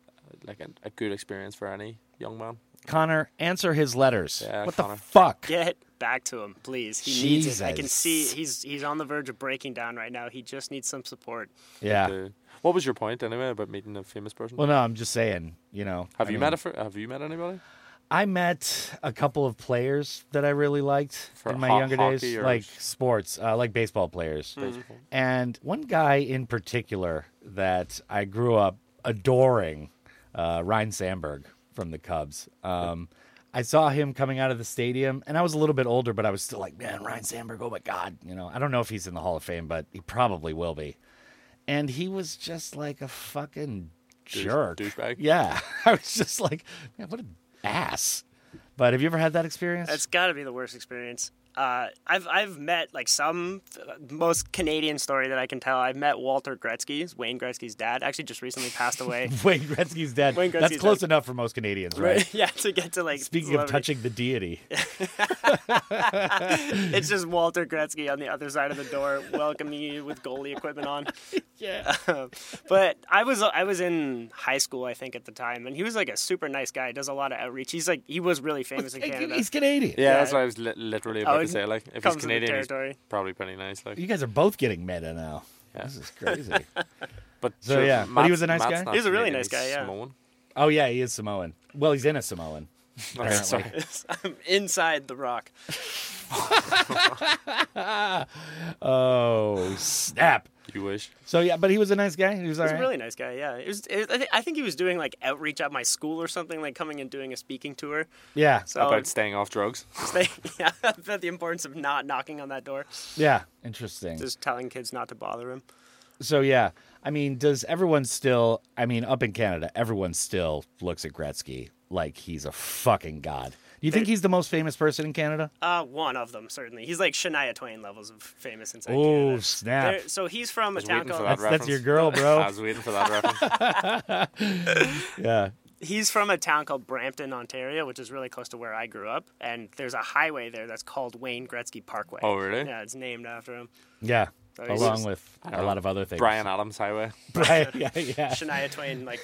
Speaker 3: like a, a good experience for any young man.
Speaker 4: Connor, answer his letters.
Speaker 3: Yeah,
Speaker 4: what
Speaker 3: Connor.
Speaker 4: the fuck?
Speaker 8: Get back to him, please. He needs it. I can see he's he's on the verge of breaking down right now. He just needs some support.
Speaker 4: Yeah.
Speaker 3: Uh, what was your point anyway about meeting a famous person?
Speaker 4: Well, no, I'm just saying. You know,
Speaker 3: have
Speaker 4: I
Speaker 3: you
Speaker 4: mean,
Speaker 3: met a, fr- Have you met anybody?
Speaker 4: I met a couple of players that I really liked
Speaker 3: For
Speaker 4: in my
Speaker 3: ho-
Speaker 4: younger
Speaker 3: hockey
Speaker 4: days,
Speaker 3: or- Hmm.
Speaker 4: like sports, uh, like baseball players. And one guy in particular that I grew up adoring, uh, Ryan Sandberg from the Cubs. Um, I saw him coming out of the stadium, and I was a little bit older, but I was still like, man, Ryan Sandberg, oh my God. You know, I don't know if he's in the Hall of Fame, but he probably will be. And he was just like a fucking jerk.
Speaker 3: douchebag?
Speaker 4: Yeah. I was just like, man, what an ass. But have you ever had that experience?
Speaker 8: That's got to be the worst experience. Uh, I've I've met like some uh, most Canadian story that I can tell. I've met Walter Gretzky, Wayne Gretzky's dad. Actually, just recently passed away.
Speaker 4: Wayne Gretzky's dead.
Speaker 8: Wayne
Speaker 4: That's
Speaker 8: Gretzky's
Speaker 4: close
Speaker 8: dead.
Speaker 4: enough for most Canadians, right?
Speaker 8: Right? Yeah, to get to like
Speaker 4: Speaking of
Speaker 8: celebrity.
Speaker 4: touching the deity,
Speaker 8: it's just Walter Gretzky on the other side of the door welcoming you with goalie equipment on. Um,
Speaker 4: yeah,
Speaker 8: But I was I was in high school I think at the time, and he was like a super nice guy. Does a lot of outreach. He's like he was really famous in Canada.
Speaker 4: he's Canadian.
Speaker 3: Yeah, that's what I was li- literally about
Speaker 8: Oh,
Speaker 3: to say. Like, if he's
Speaker 8: comes with the
Speaker 3: Canadian, he's
Speaker 8: territory.
Speaker 3: probably pretty nice. Like,
Speaker 4: You guys are both getting meta now. This is crazy.
Speaker 3: but
Speaker 4: So,
Speaker 3: sure,
Speaker 4: yeah, but he
Speaker 3: Matt's-
Speaker 4: was a nice
Speaker 3: Matt's
Speaker 4: guy?
Speaker 3: not
Speaker 8: He's a really
Speaker 3: Canadian,
Speaker 8: nice guy,
Speaker 3: he's
Speaker 8: yeah.
Speaker 3: Samoan.
Speaker 4: oh yeah, he is Samoan. Well, he's in a Samoan.
Speaker 3: Okay, sorry.
Speaker 8: I'm inside the rock.
Speaker 4: Oh snap!
Speaker 3: You wish.
Speaker 4: So yeah, but he was a nice guy. He was all
Speaker 8: He's
Speaker 4: right.
Speaker 8: a really nice guy. Yeah, it was. It, I, th- I think he was doing like outreach at my school or something, like coming and doing a speaking tour.
Speaker 4: yeah,
Speaker 8: So
Speaker 3: about staying off drugs.
Speaker 8: stay, yeah, about the importance of not knocking on that door,
Speaker 4: yeah. Interesting.
Speaker 8: just telling kids not to bother him.
Speaker 4: So yeah, I mean, does everyone still? I mean, up in Canada, everyone still looks at Gretzky like he's a fucking god. Do you think he's the most famous person in Canada?
Speaker 8: Uh, one of them certainly. He's like Shania Twain levels of famous inside
Speaker 4: Oh
Speaker 8: Canada.
Speaker 4: snap!
Speaker 8: There- so he's from a
Speaker 3: was
Speaker 8: town
Speaker 3: waiting for
Speaker 8: called
Speaker 3: that.
Speaker 4: That's, that's your
Speaker 3: reference.
Speaker 4: girl,
Speaker 3: I
Speaker 4: bro.
Speaker 3: was waiting for that reference.
Speaker 4: yeah.
Speaker 8: he's from a town called Brampton, Ontario, which is really close to where I grew up. And there's a highway there that's called Wayne Gretzky Parkway.
Speaker 3: Oh, really?
Speaker 8: Yeah, it's named after him.
Speaker 4: Yeah.
Speaker 3: Oh,
Speaker 8: Sorry,
Speaker 4: Along
Speaker 8: he's-
Speaker 4: with a lot of other things.
Speaker 3: Brian Adams Highway.
Speaker 4: Brian yeah, yeah.
Speaker 8: Shania Twain like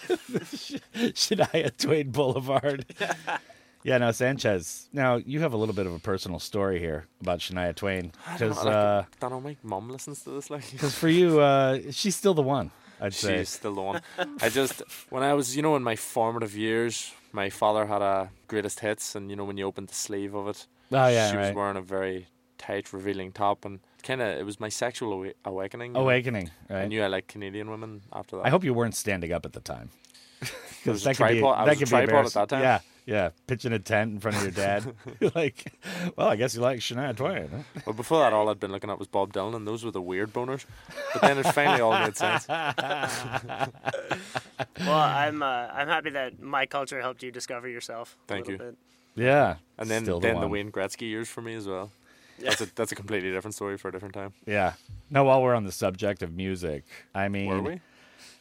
Speaker 4: Shania Twain Boulevard. Yeah, no, Sanchez. Now you have a little bit of a personal story here about Shania Twain, because
Speaker 3: Like,
Speaker 4: uh,
Speaker 3: don't know, my mum listens to this. Like,
Speaker 4: 'cause for you, uh, she's still the one. I'd say.
Speaker 3: She's still the one. I just when I was, you know, in my formative years, my father had a greatest hits, and you know when you opened the sleeve of it,
Speaker 4: Oh, yeah,
Speaker 3: she was
Speaker 4: right.
Speaker 3: wearing a very tight, revealing top, and kind of it was my sexual awa- awakening. you know.
Speaker 4: Awakening,
Speaker 3: I
Speaker 4: right?
Speaker 3: knew I liked Canadian women after that.
Speaker 4: I hope you weren't standing up at the time.
Speaker 3: There was
Speaker 4: that
Speaker 3: a
Speaker 4: could be-
Speaker 3: tripod. I
Speaker 4: that
Speaker 3: was a
Speaker 4: could be
Speaker 3: tripod at
Speaker 4: embarrassing.
Speaker 3: that time.
Speaker 4: Yeah, yeah. Pitching a tent in front of your dad. like, well, I guess you like Shania Twain. Huh?
Speaker 3: Well, before that, all I'd been looking at was Bob Dylan, and those were the weird boners. But then it finally all made sense.
Speaker 8: Well, I'm uh, I'm happy that my culture helped you discover yourself. a
Speaker 3: Thank
Speaker 8: little
Speaker 3: you.
Speaker 8: Bit.
Speaker 4: Yeah.
Speaker 3: And then,
Speaker 4: still
Speaker 3: then the,
Speaker 4: one.
Speaker 3: Wayne Gretzky years for me as well. That's a that's a completely different story for a different time.
Speaker 4: Yeah. Now, while we're on the subject of music, I mean,
Speaker 3: Were we? Mm,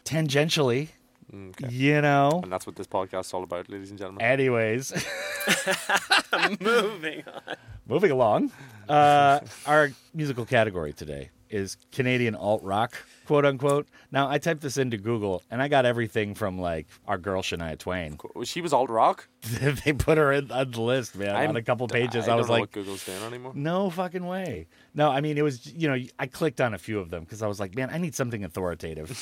Speaker 4: tangentially,
Speaker 3: Okay.
Speaker 4: you know.
Speaker 3: And that's what this podcast's all about, ladies and gentlemen.
Speaker 4: Anyways,
Speaker 8: Moving on.
Speaker 4: moving along, uh, our musical category today is Canadian alt rock, quote unquote. Now, I typed this into Google and I got everything from like our girl Shania Twain.
Speaker 3: She was alt rock.
Speaker 4: they put her in, on the list, man,
Speaker 3: I'm-
Speaker 4: on a couple pages.
Speaker 3: I,
Speaker 4: I, was
Speaker 3: don't know
Speaker 4: like,
Speaker 3: what Google's doing anymore.
Speaker 4: no fucking way. No, I mean, it was, you know, I clicked on a few of them because I was like, man, I need something authoritative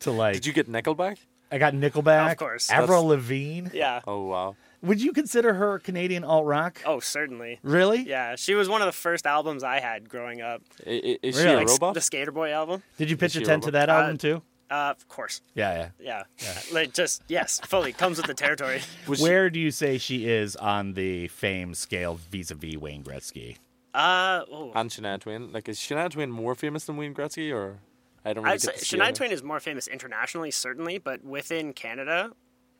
Speaker 4: to like.
Speaker 3: Did you get Nickelback?
Speaker 4: I got Nickelback.
Speaker 8: Of course.
Speaker 4: Avril
Speaker 3: That's-
Speaker 4: Lavigne.
Speaker 8: Yeah.
Speaker 3: Oh wow.
Speaker 4: Would you consider her Canadian alt rock?
Speaker 8: Oh, certainly.
Speaker 4: Really?
Speaker 8: Yeah, she was one of the first albums I had growing up.
Speaker 3: I- I- Is she
Speaker 4: Really?
Speaker 3: a
Speaker 8: Like,
Speaker 3: robot?
Speaker 8: The Skater Boy album.
Speaker 4: Did you pitch
Speaker 3: she
Speaker 4: a
Speaker 3: a
Speaker 4: tent to
Speaker 3: robot?
Speaker 4: that album too?
Speaker 8: Uh, of course.
Speaker 4: Yeah, yeah.
Speaker 8: Yeah. Like just yes, fully comes with the territory.
Speaker 3: Was she-
Speaker 4: Where do you say she is on the fame scale vis-a-vis Wayne Gretzky?
Speaker 8: Uh, oh,
Speaker 3: and Shania Twain? Like, is Shania Twain more famous than Wayne Gretzky, or I don't really
Speaker 8: I'd say
Speaker 3: get to see
Speaker 8: Shania
Speaker 3: her.
Speaker 8: Twain is more famous internationally, certainly, but within Canada,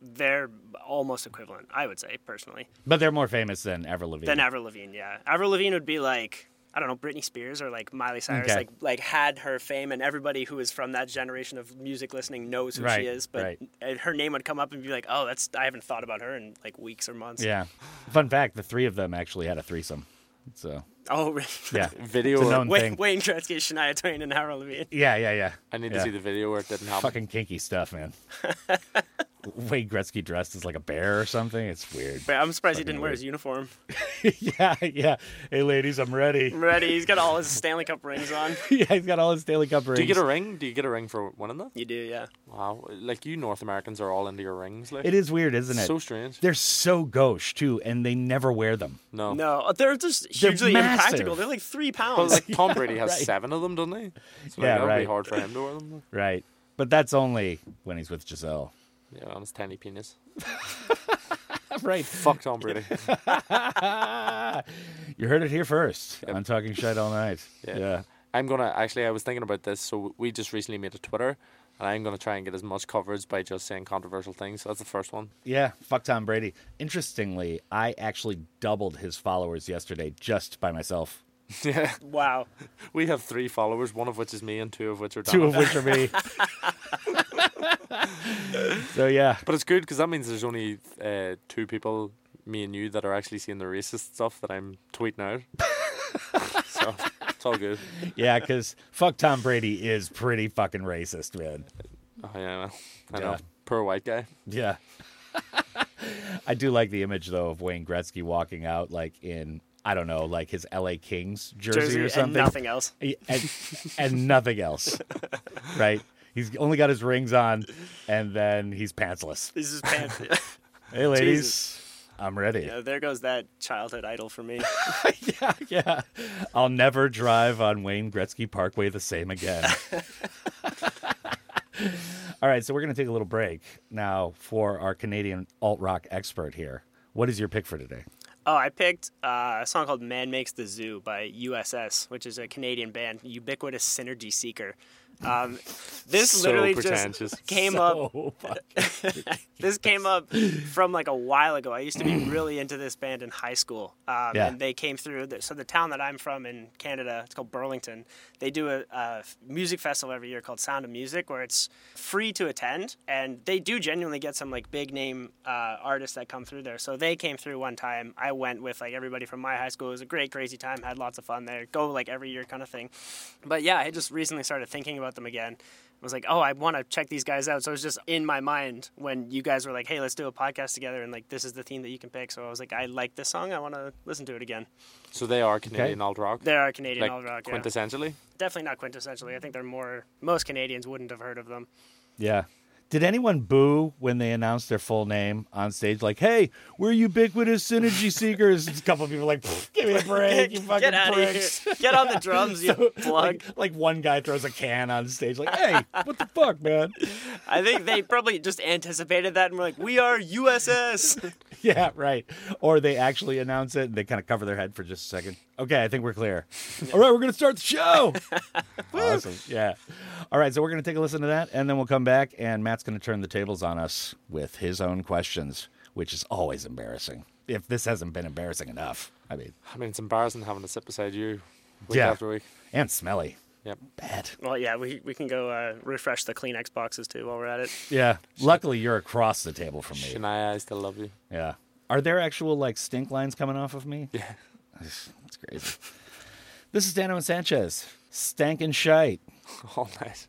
Speaker 8: they're almost equivalent. I would say personally.
Speaker 4: But they're more famous than Avril Lavigne.
Speaker 8: Than Avril Lavigne, yeah. Avril Lavigne would be like I don't know, Britney Spears or like Miley Cyrus,
Speaker 4: Okay.
Speaker 8: like like had her fame, and everybody who is from that generation of music listening knows who
Speaker 4: Right,
Speaker 8: she is. But
Speaker 4: right.
Speaker 8: and her name would come up and be like, oh, that's I haven't thought about her in like weeks or months.
Speaker 4: yeah. Fun fact: the three of them actually had a threesome. So
Speaker 8: Oh, really?
Speaker 4: yeah,
Speaker 3: Video.
Speaker 4: It's a
Speaker 3: or-
Speaker 4: known-
Speaker 8: Wayne,
Speaker 4: thing.
Speaker 8: Wayne Gretzky, Shania Twain, and Avril Lavigne.
Speaker 4: yeah, yeah, yeah.
Speaker 3: I need
Speaker 4: Yeah.
Speaker 3: to see the video where it didn't happen.
Speaker 4: Fucking kinky stuff, man. Wayne Gretzky dressed as like a bear or something. It's weird.
Speaker 8: But I'm surprised he didn't
Speaker 4: Fucking
Speaker 8: wear
Speaker 4: weird.
Speaker 8: his uniform.
Speaker 4: yeah, yeah. Hey, ladies, I'm ready.
Speaker 8: I'm ready. He's got all his Stanley Cup rings on.
Speaker 4: yeah, he's got all his Stanley Cup rings.
Speaker 3: Do you get a ring? Do you get a ring for winning that?
Speaker 8: You do, yeah.
Speaker 3: Wow. Like you North Americans are all into your rings. Like
Speaker 4: It is weird, isn't it?
Speaker 3: so strange.
Speaker 4: They're so gauche too, and they never wear them.
Speaker 3: No.
Speaker 8: No, uh, they're just
Speaker 4: They're
Speaker 8: hugely
Speaker 4: massive.
Speaker 8: impractical. They're like three
Speaker 3: Oh. Well,
Speaker 8: pounds.
Speaker 3: like Tom Brady has
Speaker 4: right.
Speaker 3: seven of them, doesn't he? So like,
Speaker 4: Yeah,
Speaker 3: that would
Speaker 4: right.
Speaker 3: be hard for him to wear them.
Speaker 4: Right. But that's only when he's with Giselle.
Speaker 3: Yeah, on his tiny penis.
Speaker 4: Right.
Speaker 3: Fuck Tom Brady.
Speaker 4: You heard it here first. I'm talking shit all night. Yeah.
Speaker 3: Yeah. I'm gonna actually. I was thinking about this. So we just recently made a Twitter, and I'm gonna try and get as much coverage by just saying controversial things. That's the first one.
Speaker 4: Yeah. Fuck Tom Brady. Interestingly, I actually doubled his followers yesterday just by myself.
Speaker 8: wow.
Speaker 3: We have three followers, one of which is me, and two of which are Dana.
Speaker 4: Two of which are me. so yeah.
Speaker 3: But it's good because that means there's only uh, two people, me and you, that are actually seeing the racist stuff that I'm tweeting out. so it's all good.
Speaker 4: Yeah, because fuck Tom Brady is pretty fucking racist, man.
Speaker 3: Oh, yeah, I know. I
Speaker 4: Yeah.
Speaker 3: know. Poor white guy.
Speaker 4: Yeah. I do like the image though of Wayne Gretzky walking out like in I don't know, like his LA Kings jersey,
Speaker 8: Jersey
Speaker 4: or
Speaker 8: and
Speaker 4: something.
Speaker 8: nothing else.
Speaker 4: Y- and, and nothing else. Right? He's only got his rings on and then he's pantsless.
Speaker 8: This is pants.
Speaker 4: Hey ladies,
Speaker 8: Jesus.
Speaker 4: I'm ready.
Speaker 8: Yeah, there goes that childhood idol for me.
Speaker 4: yeah, yeah. I'll never drive on Wayne Gretzky Parkway the same again. All right, so we're going to take a little break now for our Canadian alt rock expert here. What is your pick for today?
Speaker 8: Oh, I picked uh, a song called Man Makes the Zoo by USS, which is a Canadian band, Ubiquitous Synergy Seeker. Um, this
Speaker 3: So
Speaker 8: literally
Speaker 3: pretentious.
Speaker 8: just came up.
Speaker 4: Oh, fuck.
Speaker 8: This came up from like a while ago. I used to be really into this band in high school, um,
Speaker 4: Yeah.
Speaker 8: and they came through. The, so the town that I'm from in Canada, it's called Burlington. They do a, a music festival every year called Sound of Music, where it's free to attend, and they do genuinely get some like big name uh, artists that come through there. So they came through one time. I went with like everybody from my high school. It was a great, crazy time. Had lots of fun there. Go like every year, kind of thing. But yeah, I just recently started thinking about them again. I was like, oh, I want to check these guys out. So it was just in my mind when you guys were like, hey, let's do a podcast together, and like this is the theme that you can pick. So I was like, I like this song. I want to listen to it again.
Speaker 3: So they are Canadian alt rock.
Speaker 8: They are Canadian
Speaker 3: like
Speaker 8: alt rock. yeah.
Speaker 3: quintessentially.
Speaker 8: Definitely not quintessentially. I think they're more. Most Canadians wouldn't have heard of them.
Speaker 4: Yeah. Did anyone boo when they announced their full name on stage? Like, hey, we're ubiquitous synergy seekers. a couple of people were like, "Pfft, give me a break, you fucking
Speaker 8: Get out of here.
Speaker 4: pricks.
Speaker 8: Get on the drums, you plug.
Speaker 4: Like, like one guy throws a can on stage, like, hey, what the fuck, man?
Speaker 8: I think they probably just anticipated that and were like, we are USS.
Speaker 4: Yeah, right. Or they actually announce it and they kind of cover their head for just a second. Okay, I think we're clear. All right, we're going to start the show. awesome. Yeah. All right, so we're going to take a listen to that and then we'll come back and Matt's going to turn the tables on us with his own questions, which is always embarrassing. If this hasn't been embarrassing enough, I mean,
Speaker 3: I mean, it's embarrassing having to sit beside you week
Speaker 4: Yeah.
Speaker 3: after week.
Speaker 4: and smelly.
Speaker 3: Yep.
Speaker 4: Bad.
Speaker 8: well, yeah, we, we can go uh, refresh the Kleenex boxes too while we're at it.
Speaker 4: Yeah. Luckily, you're across the table from me.
Speaker 3: Shania, I still love you.
Speaker 4: Yeah. Are there actual like stink lines coming off of me? Yeah. That's crazy. this is Dano and Sanchez. Stank and shite.
Speaker 3: All night.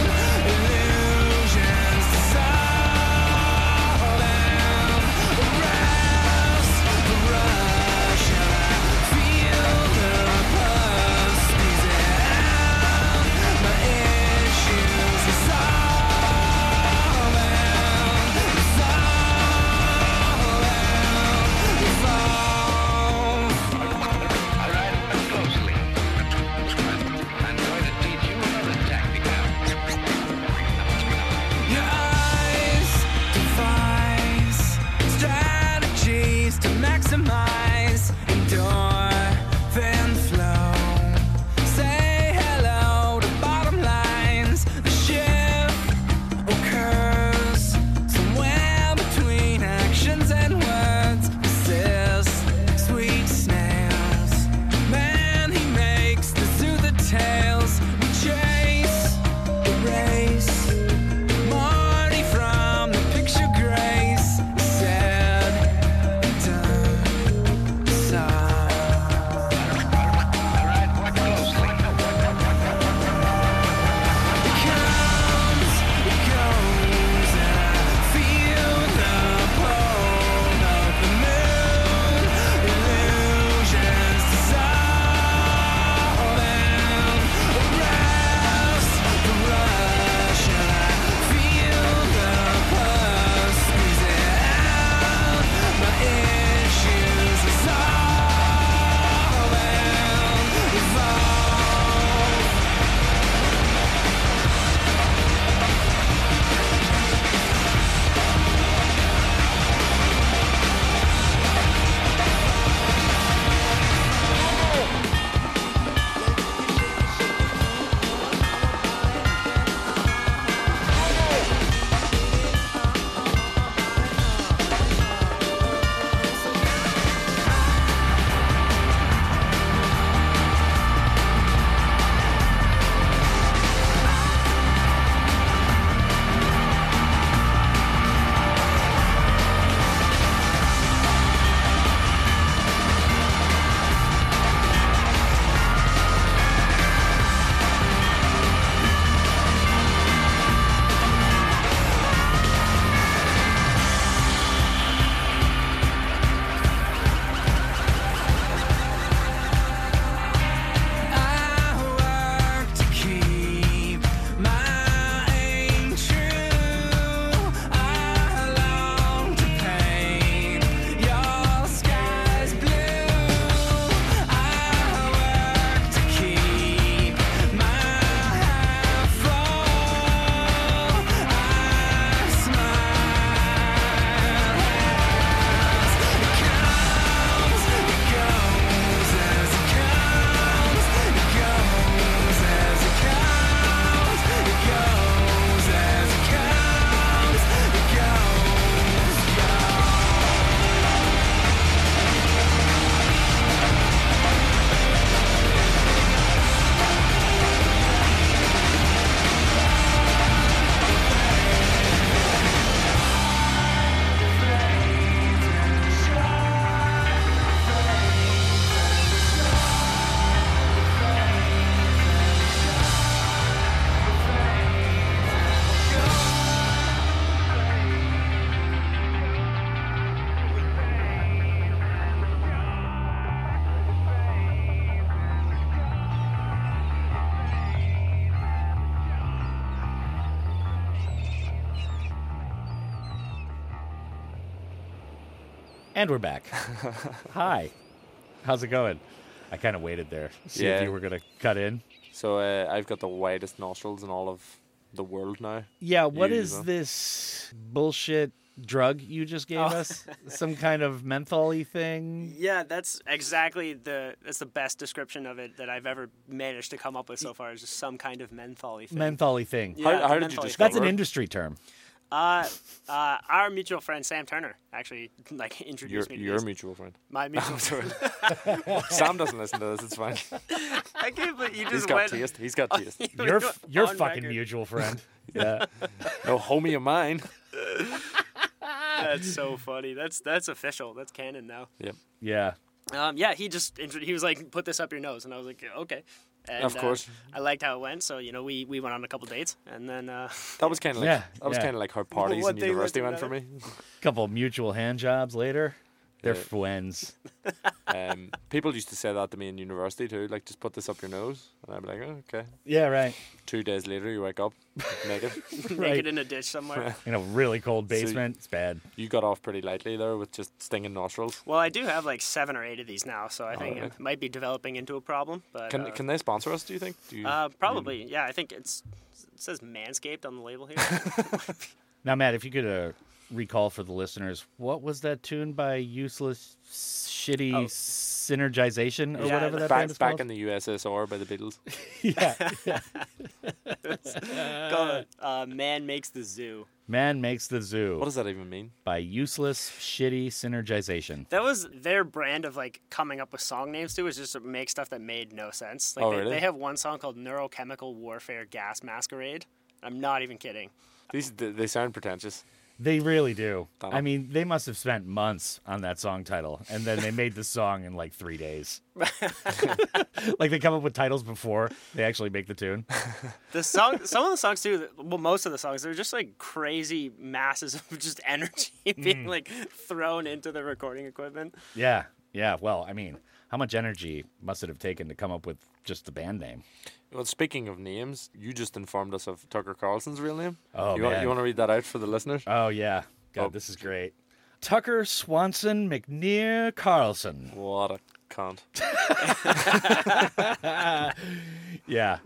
Speaker 9: Illusions dissolve and rest, rest.
Speaker 4: And we're back. Hi. How's it going? I kind of waited there. See if
Speaker 3: Yeah.
Speaker 4: you were going to cut in.
Speaker 3: So uh, I've got the widest nostrils in all of the world now.
Speaker 4: Yeah, What
Speaker 3: You
Speaker 4: is
Speaker 3: go.
Speaker 4: this bullshit drug you just
Speaker 8: Oh.
Speaker 4: gave us? Some kind of menthol y thing?
Speaker 8: Yeah, that's exactly the that's the best description of it that I've ever managed to come up with so far. Is just some kind of menthol thing.
Speaker 4: Menthol y thing.
Speaker 8: Yeah,
Speaker 3: How-
Speaker 8: it's a
Speaker 3: how did you
Speaker 8: menthol-y
Speaker 3: describe
Speaker 8: thing.
Speaker 4: That's an
Speaker 3: Sure.
Speaker 4: industry term.
Speaker 8: Uh, uh, our mutual friend Sam Turner actually like
Speaker 3: Your,
Speaker 8: introduced me to
Speaker 3: your
Speaker 8: this.
Speaker 3: mutual friend.
Speaker 8: my mutual friend.
Speaker 3: Sam doesn't listen to this. It's fine.
Speaker 8: I Oh, can't believe you just
Speaker 3: He's got
Speaker 8: went.
Speaker 3: taste. He's got taste.
Speaker 8: you
Speaker 4: Your,
Speaker 8: went
Speaker 4: f- your
Speaker 8: on
Speaker 4: fucking
Speaker 8: record.
Speaker 4: mutual friend. Yeah.
Speaker 3: No homie of mine.
Speaker 8: That's so funny. That's that's official. That's canon now.
Speaker 3: Yep.
Speaker 4: Yeah.
Speaker 8: Um, yeah, he just intro- he was like, put this up your nose, and I was like, okay. And,
Speaker 3: Of
Speaker 8: uh,
Speaker 3: course.
Speaker 8: I liked how it went, so you know, we we went on a couple dates, and then uh,
Speaker 3: That was kind of like
Speaker 4: Yeah,
Speaker 3: that was
Speaker 4: yeah.
Speaker 3: kind of like how parties
Speaker 8: One
Speaker 3: in
Speaker 8: thing led
Speaker 3: university
Speaker 8: to
Speaker 3: went for me.
Speaker 4: Couple mutual hand jobs later. They're
Speaker 3: Yeah.
Speaker 4: friends.
Speaker 3: Um, people used to say that to me in university too. Like, just put this up your nose, and I'd be like, oh, okay.
Speaker 4: Yeah, right.
Speaker 3: Two days later, you wake up naked.
Speaker 8: naked in a ditch somewhere.
Speaker 4: In a really cold basement. it's bad.
Speaker 3: you got off pretty lightly there with just stinging nostrils.
Speaker 8: well, I do have like seven or eight of these now, so I think
Speaker 3: Alright.
Speaker 8: it might be developing into a problem. But
Speaker 3: Oh, Can
Speaker 8: uh,
Speaker 3: can they sponsor us? Do you think? Do you,
Speaker 8: uh, probably, yeah. I think it's it says manscaped on the label here.
Speaker 4: Now, Matt, if you could uh, recall for the listeners, what was that tune by Useless Shitty Synergization or
Speaker 8: Yeah,
Speaker 4: whatever that band
Speaker 3: Oh. back
Speaker 4: is
Speaker 3: back
Speaker 4: called?
Speaker 3: in the USSR by the Beatles.
Speaker 4: yeah.
Speaker 8: Go, uh, man makes the zoo.
Speaker 4: Man Makes the Zoo
Speaker 3: What does that even mean?
Speaker 4: by Useless Shitty Synergization.
Speaker 8: That was their brand of like coming up with song names too. Is just to make stuff that made no sense. Like
Speaker 3: Oh,
Speaker 8: they,
Speaker 3: really?
Speaker 8: they have one song called "Neurochemical Warfare Gas Masquerade." I'm not even kidding.
Speaker 3: These they they sound pretentious.
Speaker 4: They really do.
Speaker 3: Dunno.
Speaker 4: I mean, they must have spent months on that song title, and then they made the song in like three days. like they come up with titles before they actually make the tune.
Speaker 8: The song, some of the songs too. Well, most of the songs they're just like crazy masses of just energy being
Speaker 3: Hmm.
Speaker 8: like thrown into the recording equipment.
Speaker 4: Yeah, yeah. Well, I mean, how much energy must it have taken to come up with just the band name?
Speaker 3: Well, speaking of names, you just informed us of Tucker Carlson's real name.
Speaker 4: Oh,
Speaker 3: you, wa-
Speaker 4: man.
Speaker 3: you want to read that out for the listeners?
Speaker 4: Oh yeah, God,
Speaker 3: Oh.
Speaker 4: this is great. Tucker Swanson McNear Carlson.
Speaker 3: What a cunt.
Speaker 4: Yeah,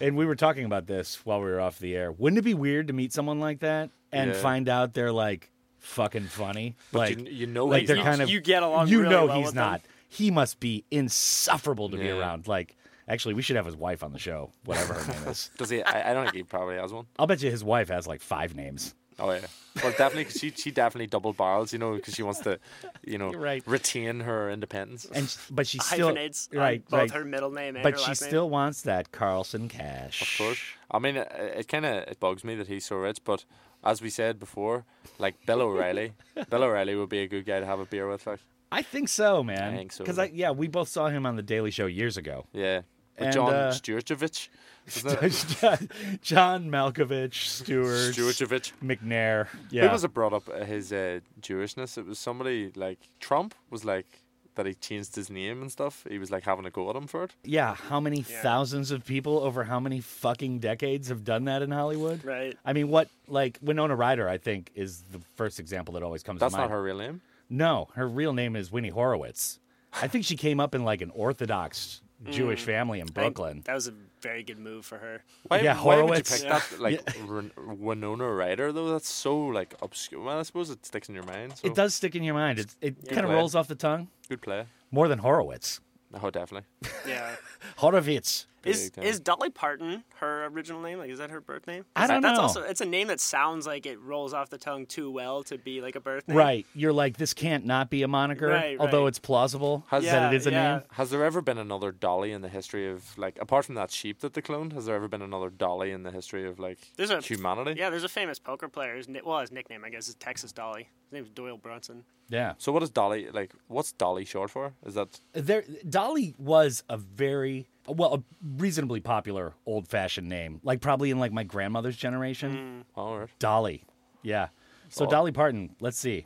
Speaker 4: and we were talking about this while we were off the air. Wouldn't it be weird to meet someone like that and
Speaker 3: Yeah.
Speaker 4: find out they're like fucking funny? like
Speaker 3: you, you know
Speaker 4: like
Speaker 3: he's
Speaker 4: they're
Speaker 3: not.
Speaker 4: kind of
Speaker 8: You get along
Speaker 4: You
Speaker 8: really
Speaker 4: know
Speaker 8: well
Speaker 4: he's
Speaker 8: with them.
Speaker 4: not. He must be insufferable to be
Speaker 3: Yeah.
Speaker 4: around. Like actually, we should have his wife on the show. Whatever her name is.
Speaker 3: Does he? I, I don't think he probably has one.
Speaker 4: I'll bet you his wife has like five names.
Speaker 3: Oh yeah. Well, definitely. 'cause she she definitely double barrels, you know, because she wants to, you know,
Speaker 4: You're right.
Speaker 3: retain her independence.
Speaker 4: And sh- but she still
Speaker 8: Hyphenates on
Speaker 4: right
Speaker 8: both
Speaker 4: right.
Speaker 8: her middle name and
Speaker 4: but
Speaker 8: her
Speaker 4: she
Speaker 8: last name.
Speaker 4: still wants that Carlson cash.
Speaker 3: Of course. I mean, it, it kind of it bugs me that he's so rich, but as we said before, like Bill O'Reilly, Bill O'Reilly would be a good guy to have a beer with. Like,
Speaker 4: I think so, man.
Speaker 3: I think so,
Speaker 4: Because
Speaker 3: yeah.
Speaker 4: yeah, we both saw him on the Daily Show years ago.
Speaker 3: yeah, with
Speaker 4: And,
Speaker 3: John
Speaker 4: uh,
Speaker 3: Stjurjevic, isn't it?
Speaker 4: John Malkovich, Stewart,
Speaker 3: Stjurjevic.
Speaker 4: McNair.
Speaker 3: Who
Speaker 4: Yeah,
Speaker 3: was it brought up uh, his uh, Jewishness? It was somebody like Trump was like that. He changed his name and stuff. He was like having a go at him for it.
Speaker 4: yeah. How many thousands of people over how many fucking decades have done that in Hollywood?
Speaker 8: Right.
Speaker 4: I mean, what like Winona Ryder? I think is the first example that always comes
Speaker 3: That's
Speaker 4: to mind.
Speaker 3: not her real name.
Speaker 4: No, her real name is Winnie Horowitz. I think she came up in like an Orthodox Jewish family in
Speaker 8: Mm. I think
Speaker 4: Brooklyn.
Speaker 8: That was a very good move for her.
Speaker 3: Why,
Speaker 4: Yeah,
Speaker 3: why would you
Speaker 4: Horowitz.
Speaker 3: pick that like Ren- Winona Ryder though? That's so like obscure. Well, I suppose it sticks in your mind. So.
Speaker 4: It does stick in your mind. It, it kind of
Speaker 3: play.
Speaker 4: rolls off the tongue
Speaker 3: Good play.
Speaker 4: more than Horowitz.
Speaker 3: Oh, definitely.
Speaker 8: Yeah.
Speaker 4: Horowitz.
Speaker 8: Is
Speaker 3: Big time.
Speaker 8: is Dolly Parton her original name? Like, is that her birth name?
Speaker 4: I don't
Speaker 8: that's
Speaker 4: know.
Speaker 8: Also, it's a name that sounds like it rolls off the tongue too well to be like a birth name.
Speaker 4: Right. You're like, this can't not be a moniker,
Speaker 8: Right,
Speaker 4: although
Speaker 8: right.
Speaker 4: it's plausible
Speaker 3: Has-
Speaker 4: that it
Speaker 8: Yeah,
Speaker 4: is a
Speaker 8: yeah.
Speaker 4: name.
Speaker 3: Has there ever been another Dolly in the history of like apart from that sheep that they cloned? Has there ever been another Dolly in the history of like
Speaker 8: There's a-
Speaker 3: humanity?
Speaker 8: Yeah, there's a famous poker player. His, ni- well, his nickname, I guess, is Texas Dolly. His name's Doyle Brunson.
Speaker 4: Yeah.
Speaker 3: So what is Dolly like? What's Dolly short for? Is that
Speaker 4: There, Dolly was a very, well, a reasonably popular old fashioned name, like probably in like my grandmother's generation.
Speaker 3: all oh, right?
Speaker 4: Dolly. Yeah. So
Speaker 3: Oh.
Speaker 4: Dolly Parton, let's see.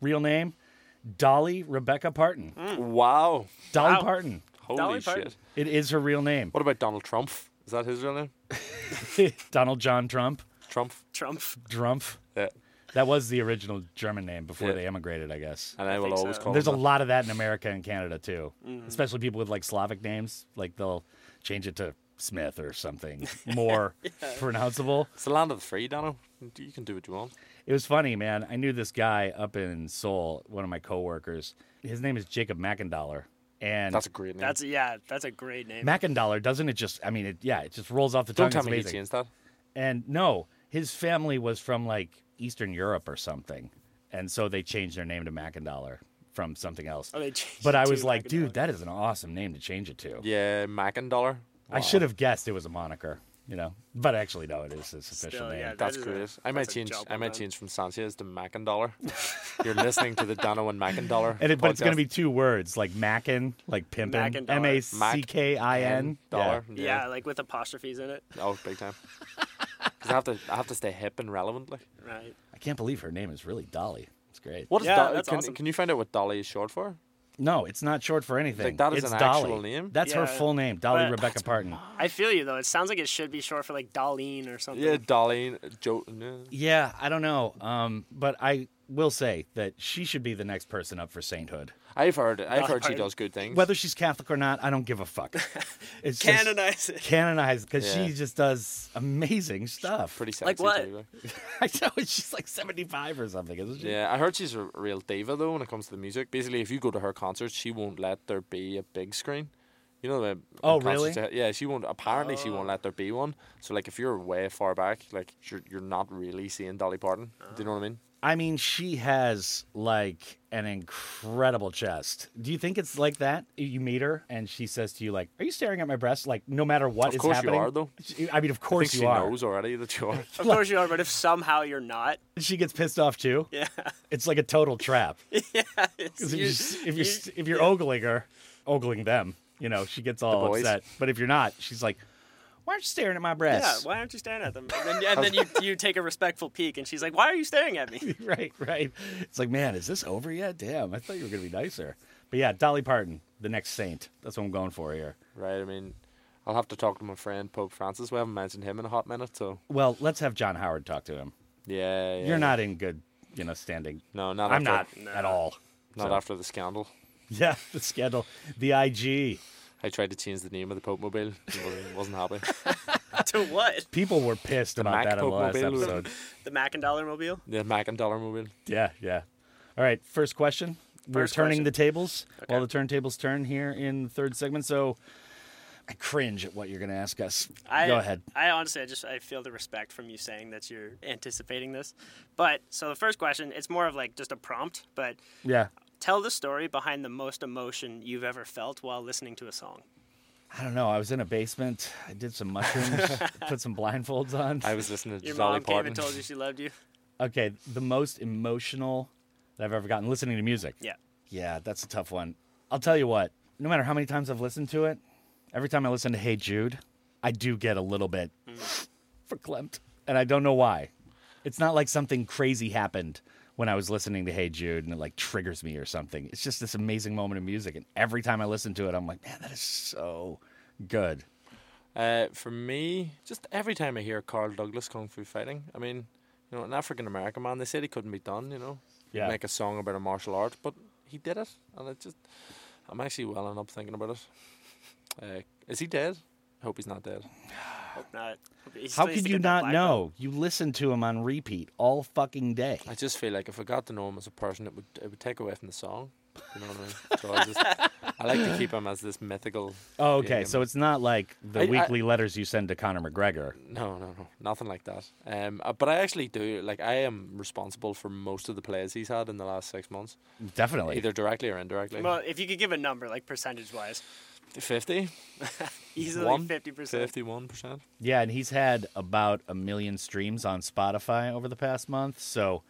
Speaker 4: Real name? Dolly Rebecca Parton.
Speaker 3: Wow!
Speaker 4: Dolly
Speaker 8: Wow.
Speaker 4: Parton.
Speaker 3: Holy
Speaker 8: Dolly
Speaker 3: shit!
Speaker 8: Parton.
Speaker 4: It is her real name.
Speaker 3: What about Donald Trump? Is that his real name?
Speaker 4: Donald John Trump.
Speaker 3: Trump.
Speaker 8: Trump.
Speaker 4: Drumpf.
Speaker 3: Yeah.
Speaker 4: That was the original German name before
Speaker 3: Yeah.
Speaker 4: they emigrated, I guess.
Speaker 3: And I, will
Speaker 8: think
Speaker 3: always
Speaker 8: so.
Speaker 3: call
Speaker 4: There's a
Speaker 3: him that.
Speaker 4: lot of that in America and Canada too,
Speaker 3: Mm-hmm.
Speaker 4: especially people with like Slavic names. Like they'll change it to Smith or something more pronounceable.
Speaker 3: It's the land of the free, Dano. You can do what you want.
Speaker 4: It was funny, man. I knew this guy up in Seoul, one of my coworkers. His name is Jacob McIndollar, and
Speaker 3: That's a great name.
Speaker 8: That's yeah, that's a great name.
Speaker 4: McIndollar doesn't it just? I mean, it, yeah, it just rolls off the tongue.
Speaker 3: Don't tell
Speaker 4: It's
Speaker 3: me he
Speaker 4: amazing.
Speaker 3: changed that.
Speaker 4: And no, his family was from like Eastern Europe or something. And so they changed their name to McIndollar from something else.
Speaker 8: Oh, they changed
Speaker 4: but
Speaker 8: it
Speaker 4: I
Speaker 8: to
Speaker 4: was like,
Speaker 8: McIndollar.
Speaker 4: dude, that is an awesome name to change it to.
Speaker 3: Yeah, Macindollar.
Speaker 4: I should have guessed it was a moniker, you know. But actually, no, it is his official
Speaker 8: Still,
Speaker 4: name.
Speaker 8: yeah, that
Speaker 3: That's
Speaker 8: is a-
Speaker 3: great. I might
Speaker 8: that's a
Speaker 3: change.
Speaker 8: job
Speaker 3: I
Speaker 8: well
Speaker 3: might
Speaker 8: done.
Speaker 3: change from Sanchez to Macindollar. You're listening to the Dano and Macindollar.
Speaker 4: and it, but it's going
Speaker 3: podcast.
Speaker 4: to be two words, like Mackin, like pimpin,
Speaker 8: Macindollar.
Speaker 4: M A C K I N.
Speaker 3: dollar.
Speaker 4: Yeah.
Speaker 8: Yeah, like with apostrophes in it.
Speaker 3: Oh, big time. Because I have to, I have to stay hip and relevant. Like,
Speaker 8: Right.
Speaker 4: I can't believe her name is really Dolly. It's great.
Speaker 3: what is
Speaker 8: Yeah,
Speaker 3: Dolly?
Speaker 8: that's
Speaker 3: Can,
Speaker 8: awesome.
Speaker 3: can you find out what Dolly is short for?
Speaker 4: No, it's not short for anything.
Speaker 3: Like, that is
Speaker 4: it's
Speaker 3: an
Speaker 4: Dolly.
Speaker 3: actual name?
Speaker 4: That's her
Speaker 8: Yeah.
Speaker 4: full name, Dolly
Speaker 8: But-
Speaker 4: Rebecca Parton.
Speaker 8: I feel you though. It sounds like it should be short for like Darlene or something.
Speaker 3: Yeah, Dolly. Joe. no.
Speaker 4: Yeah, I don't know. Um, but I will say that she should be the next person up for sainthood.
Speaker 3: I've heard. I've heard she
Speaker 8: Dolly.
Speaker 3: does good things.
Speaker 4: Whether she's Catholic or not, I don't give a fuck. It's just-
Speaker 8: Canonize it.
Speaker 4: Canonized because
Speaker 3: Yeah.
Speaker 4: she just does amazing stuff.
Speaker 3: pretty sexy.
Speaker 8: Like what?
Speaker 3: too, like.
Speaker 4: I know she's like seventy-five or something, isn't she?
Speaker 3: Yeah, I heard she's a real diva though when it comes to the music. Basically, if you go to her concerts, she won't let there be a big screen. You know the
Speaker 4: Oh,
Speaker 3: the concerts
Speaker 4: really? Oh.
Speaker 3: they- Yeah, she won't. Apparently, she won't let there be one. So like, if you're way far back, like you're you're not really seeing Dolly Parton. Do you know what I mean?
Speaker 4: I mean, she has like an incredible chest. Do you think it's like that? You meet her and she says to you, like, "Are you staring at my breast?" Like, no matter what
Speaker 3: Of
Speaker 4: is
Speaker 3: course you
Speaker 4: happening.
Speaker 3: are, though.
Speaker 4: She- I mean,
Speaker 3: I
Speaker 4: of
Speaker 3: think
Speaker 4: course
Speaker 3: she
Speaker 4: you are.
Speaker 3: knows already that you are.
Speaker 8: Of course you are, but if somehow you're not,
Speaker 4: She gets pissed off too.
Speaker 8: yeah.
Speaker 4: It's like a total trap.
Speaker 8: It's,
Speaker 4: 'Cause if
Speaker 8: you-
Speaker 4: you're, s- if you're, s- if you're ogling her, ogling them, you know, she gets all
Speaker 3: boys.
Speaker 4: upset. But if you're not, she's like, why aren't you staring at my
Speaker 8: yeah,
Speaker 4: breasts?
Speaker 8: why aren't you staring at them? And then, and then you, you take a respectful peek, and she's like, "Why are you staring at me?"
Speaker 4: right, right. It's like, man, is this over yet? Damn, I thought you were going to be nicer. But yeah, Dolly Parton, the next saint. That's what I'm going for here.
Speaker 3: right. I mean, I'll have to talk to my friend Pope Francis. We haven't mentioned him in a hot minute, so
Speaker 4: Well, let's have John Howard talk to him.
Speaker 3: yeah. yeah.
Speaker 4: You're not in good, you know, standing.
Speaker 3: No, not.
Speaker 4: I'm not
Speaker 3: after,
Speaker 4: at all.
Speaker 3: Not
Speaker 4: so.
Speaker 3: after the scandal.
Speaker 4: Yeah, the scandal, the IG.
Speaker 3: I tried to change the name of the Pope Mobile. Wasn't- Wasn't happy.
Speaker 8: to what?
Speaker 4: People were pissed about
Speaker 3: Mac
Speaker 4: that on the last
Speaker 3: Pokemobile.
Speaker 4: episode.
Speaker 8: The Macindollar mobile.
Speaker 3: The Mac and Dollar Mobile.
Speaker 4: Yeah, yeah. All right, first question. we We're
Speaker 8: First
Speaker 4: turning
Speaker 8: question.
Speaker 4: the tables while the turntables turn here in the third segment. So I cringe at what you're going to ask us.
Speaker 8: I,
Speaker 4: Go ahead.
Speaker 8: I honestly, I just I feel the respect from you saying that you're anticipating this. But so the first question, it's more of like just a prompt, but
Speaker 4: Yeah.
Speaker 8: tell the story behind the most emotion you've ever felt while listening to a song.
Speaker 4: I don't know. I was in a basement. I did some mushrooms, put some blindfolds on.
Speaker 3: I was listening to
Speaker 8: Your
Speaker 3: Dolly
Speaker 8: mom came
Speaker 3: Parton.
Speaker 8: and told you she loved you.
Speaker 4: Okay, the most emotional that I've ever gotten listening to music.
Speaker 8: Yeah.
Speaker 4: Yeah, that's a tough one. I'll tell you what, no matter how many times I've listened to it, every time I listen to Hey Jude, I do get a little bit
Speaker 3: Mm.
Speaker 4: verklempt. And I don't know why. It's not like something crazy happened when I was listening to Hey Jude and it like triggers me or something. It's just this amazing moment of music. And every time I listen to it, I'm like, man, that is so good.
Speaker 3: Uh, for me, just every time I hear Carl Douglas Kung Fu Fighting, I mean, you know, an African American man, they said he couldn't be done, you know, He'd
Speaker 4: Yeah.
Speaker 3: make a song about a martial art, but he did it, and it just, I'm actually welling up thinking about it. Uh, is he dead? I hope he's not dead.
Speaker 8: Hope not. Hope- he still
Speaker 4: How
Speaker 8: needs
Speaker 4: could
Speaker 8: to
Speaker 4: you
Speaker 8: get that
Speaker 4: not
Speaker 8: black
Speaker 4: know? You listen to him on repeat all fucking day.
Speaker 3: I just feel like if I got to know him as a person, it would it would take away from the song. You know what I mean? So I, just, I like to keep him as this mythical.
Speaker 4: Oh, okay.
Speaker 3: being.
Speaker 4: So it's not like the
Speaker 3: I- I-
Speaker 4: weekly letters you send to Conor McGregor.
Speaker 3: No, no, no, nothing like that. Um, uh, but I actually do like I am responsible for most of the plays he's had in the last six months,
Speaker 4: Definitely.
Speaker 3: either directly or indirectly.
Speaker 8: Well, if you could give a number, like percentage wise,
Speaker 3: 50,
Speaker 8: easily
Speaker 3: One?
Speaker 8: fifty percent.
Speaker 3: 51 percent.
Speaker 4: Yeah, and he's had about a million streams on Spotify over the past month. So,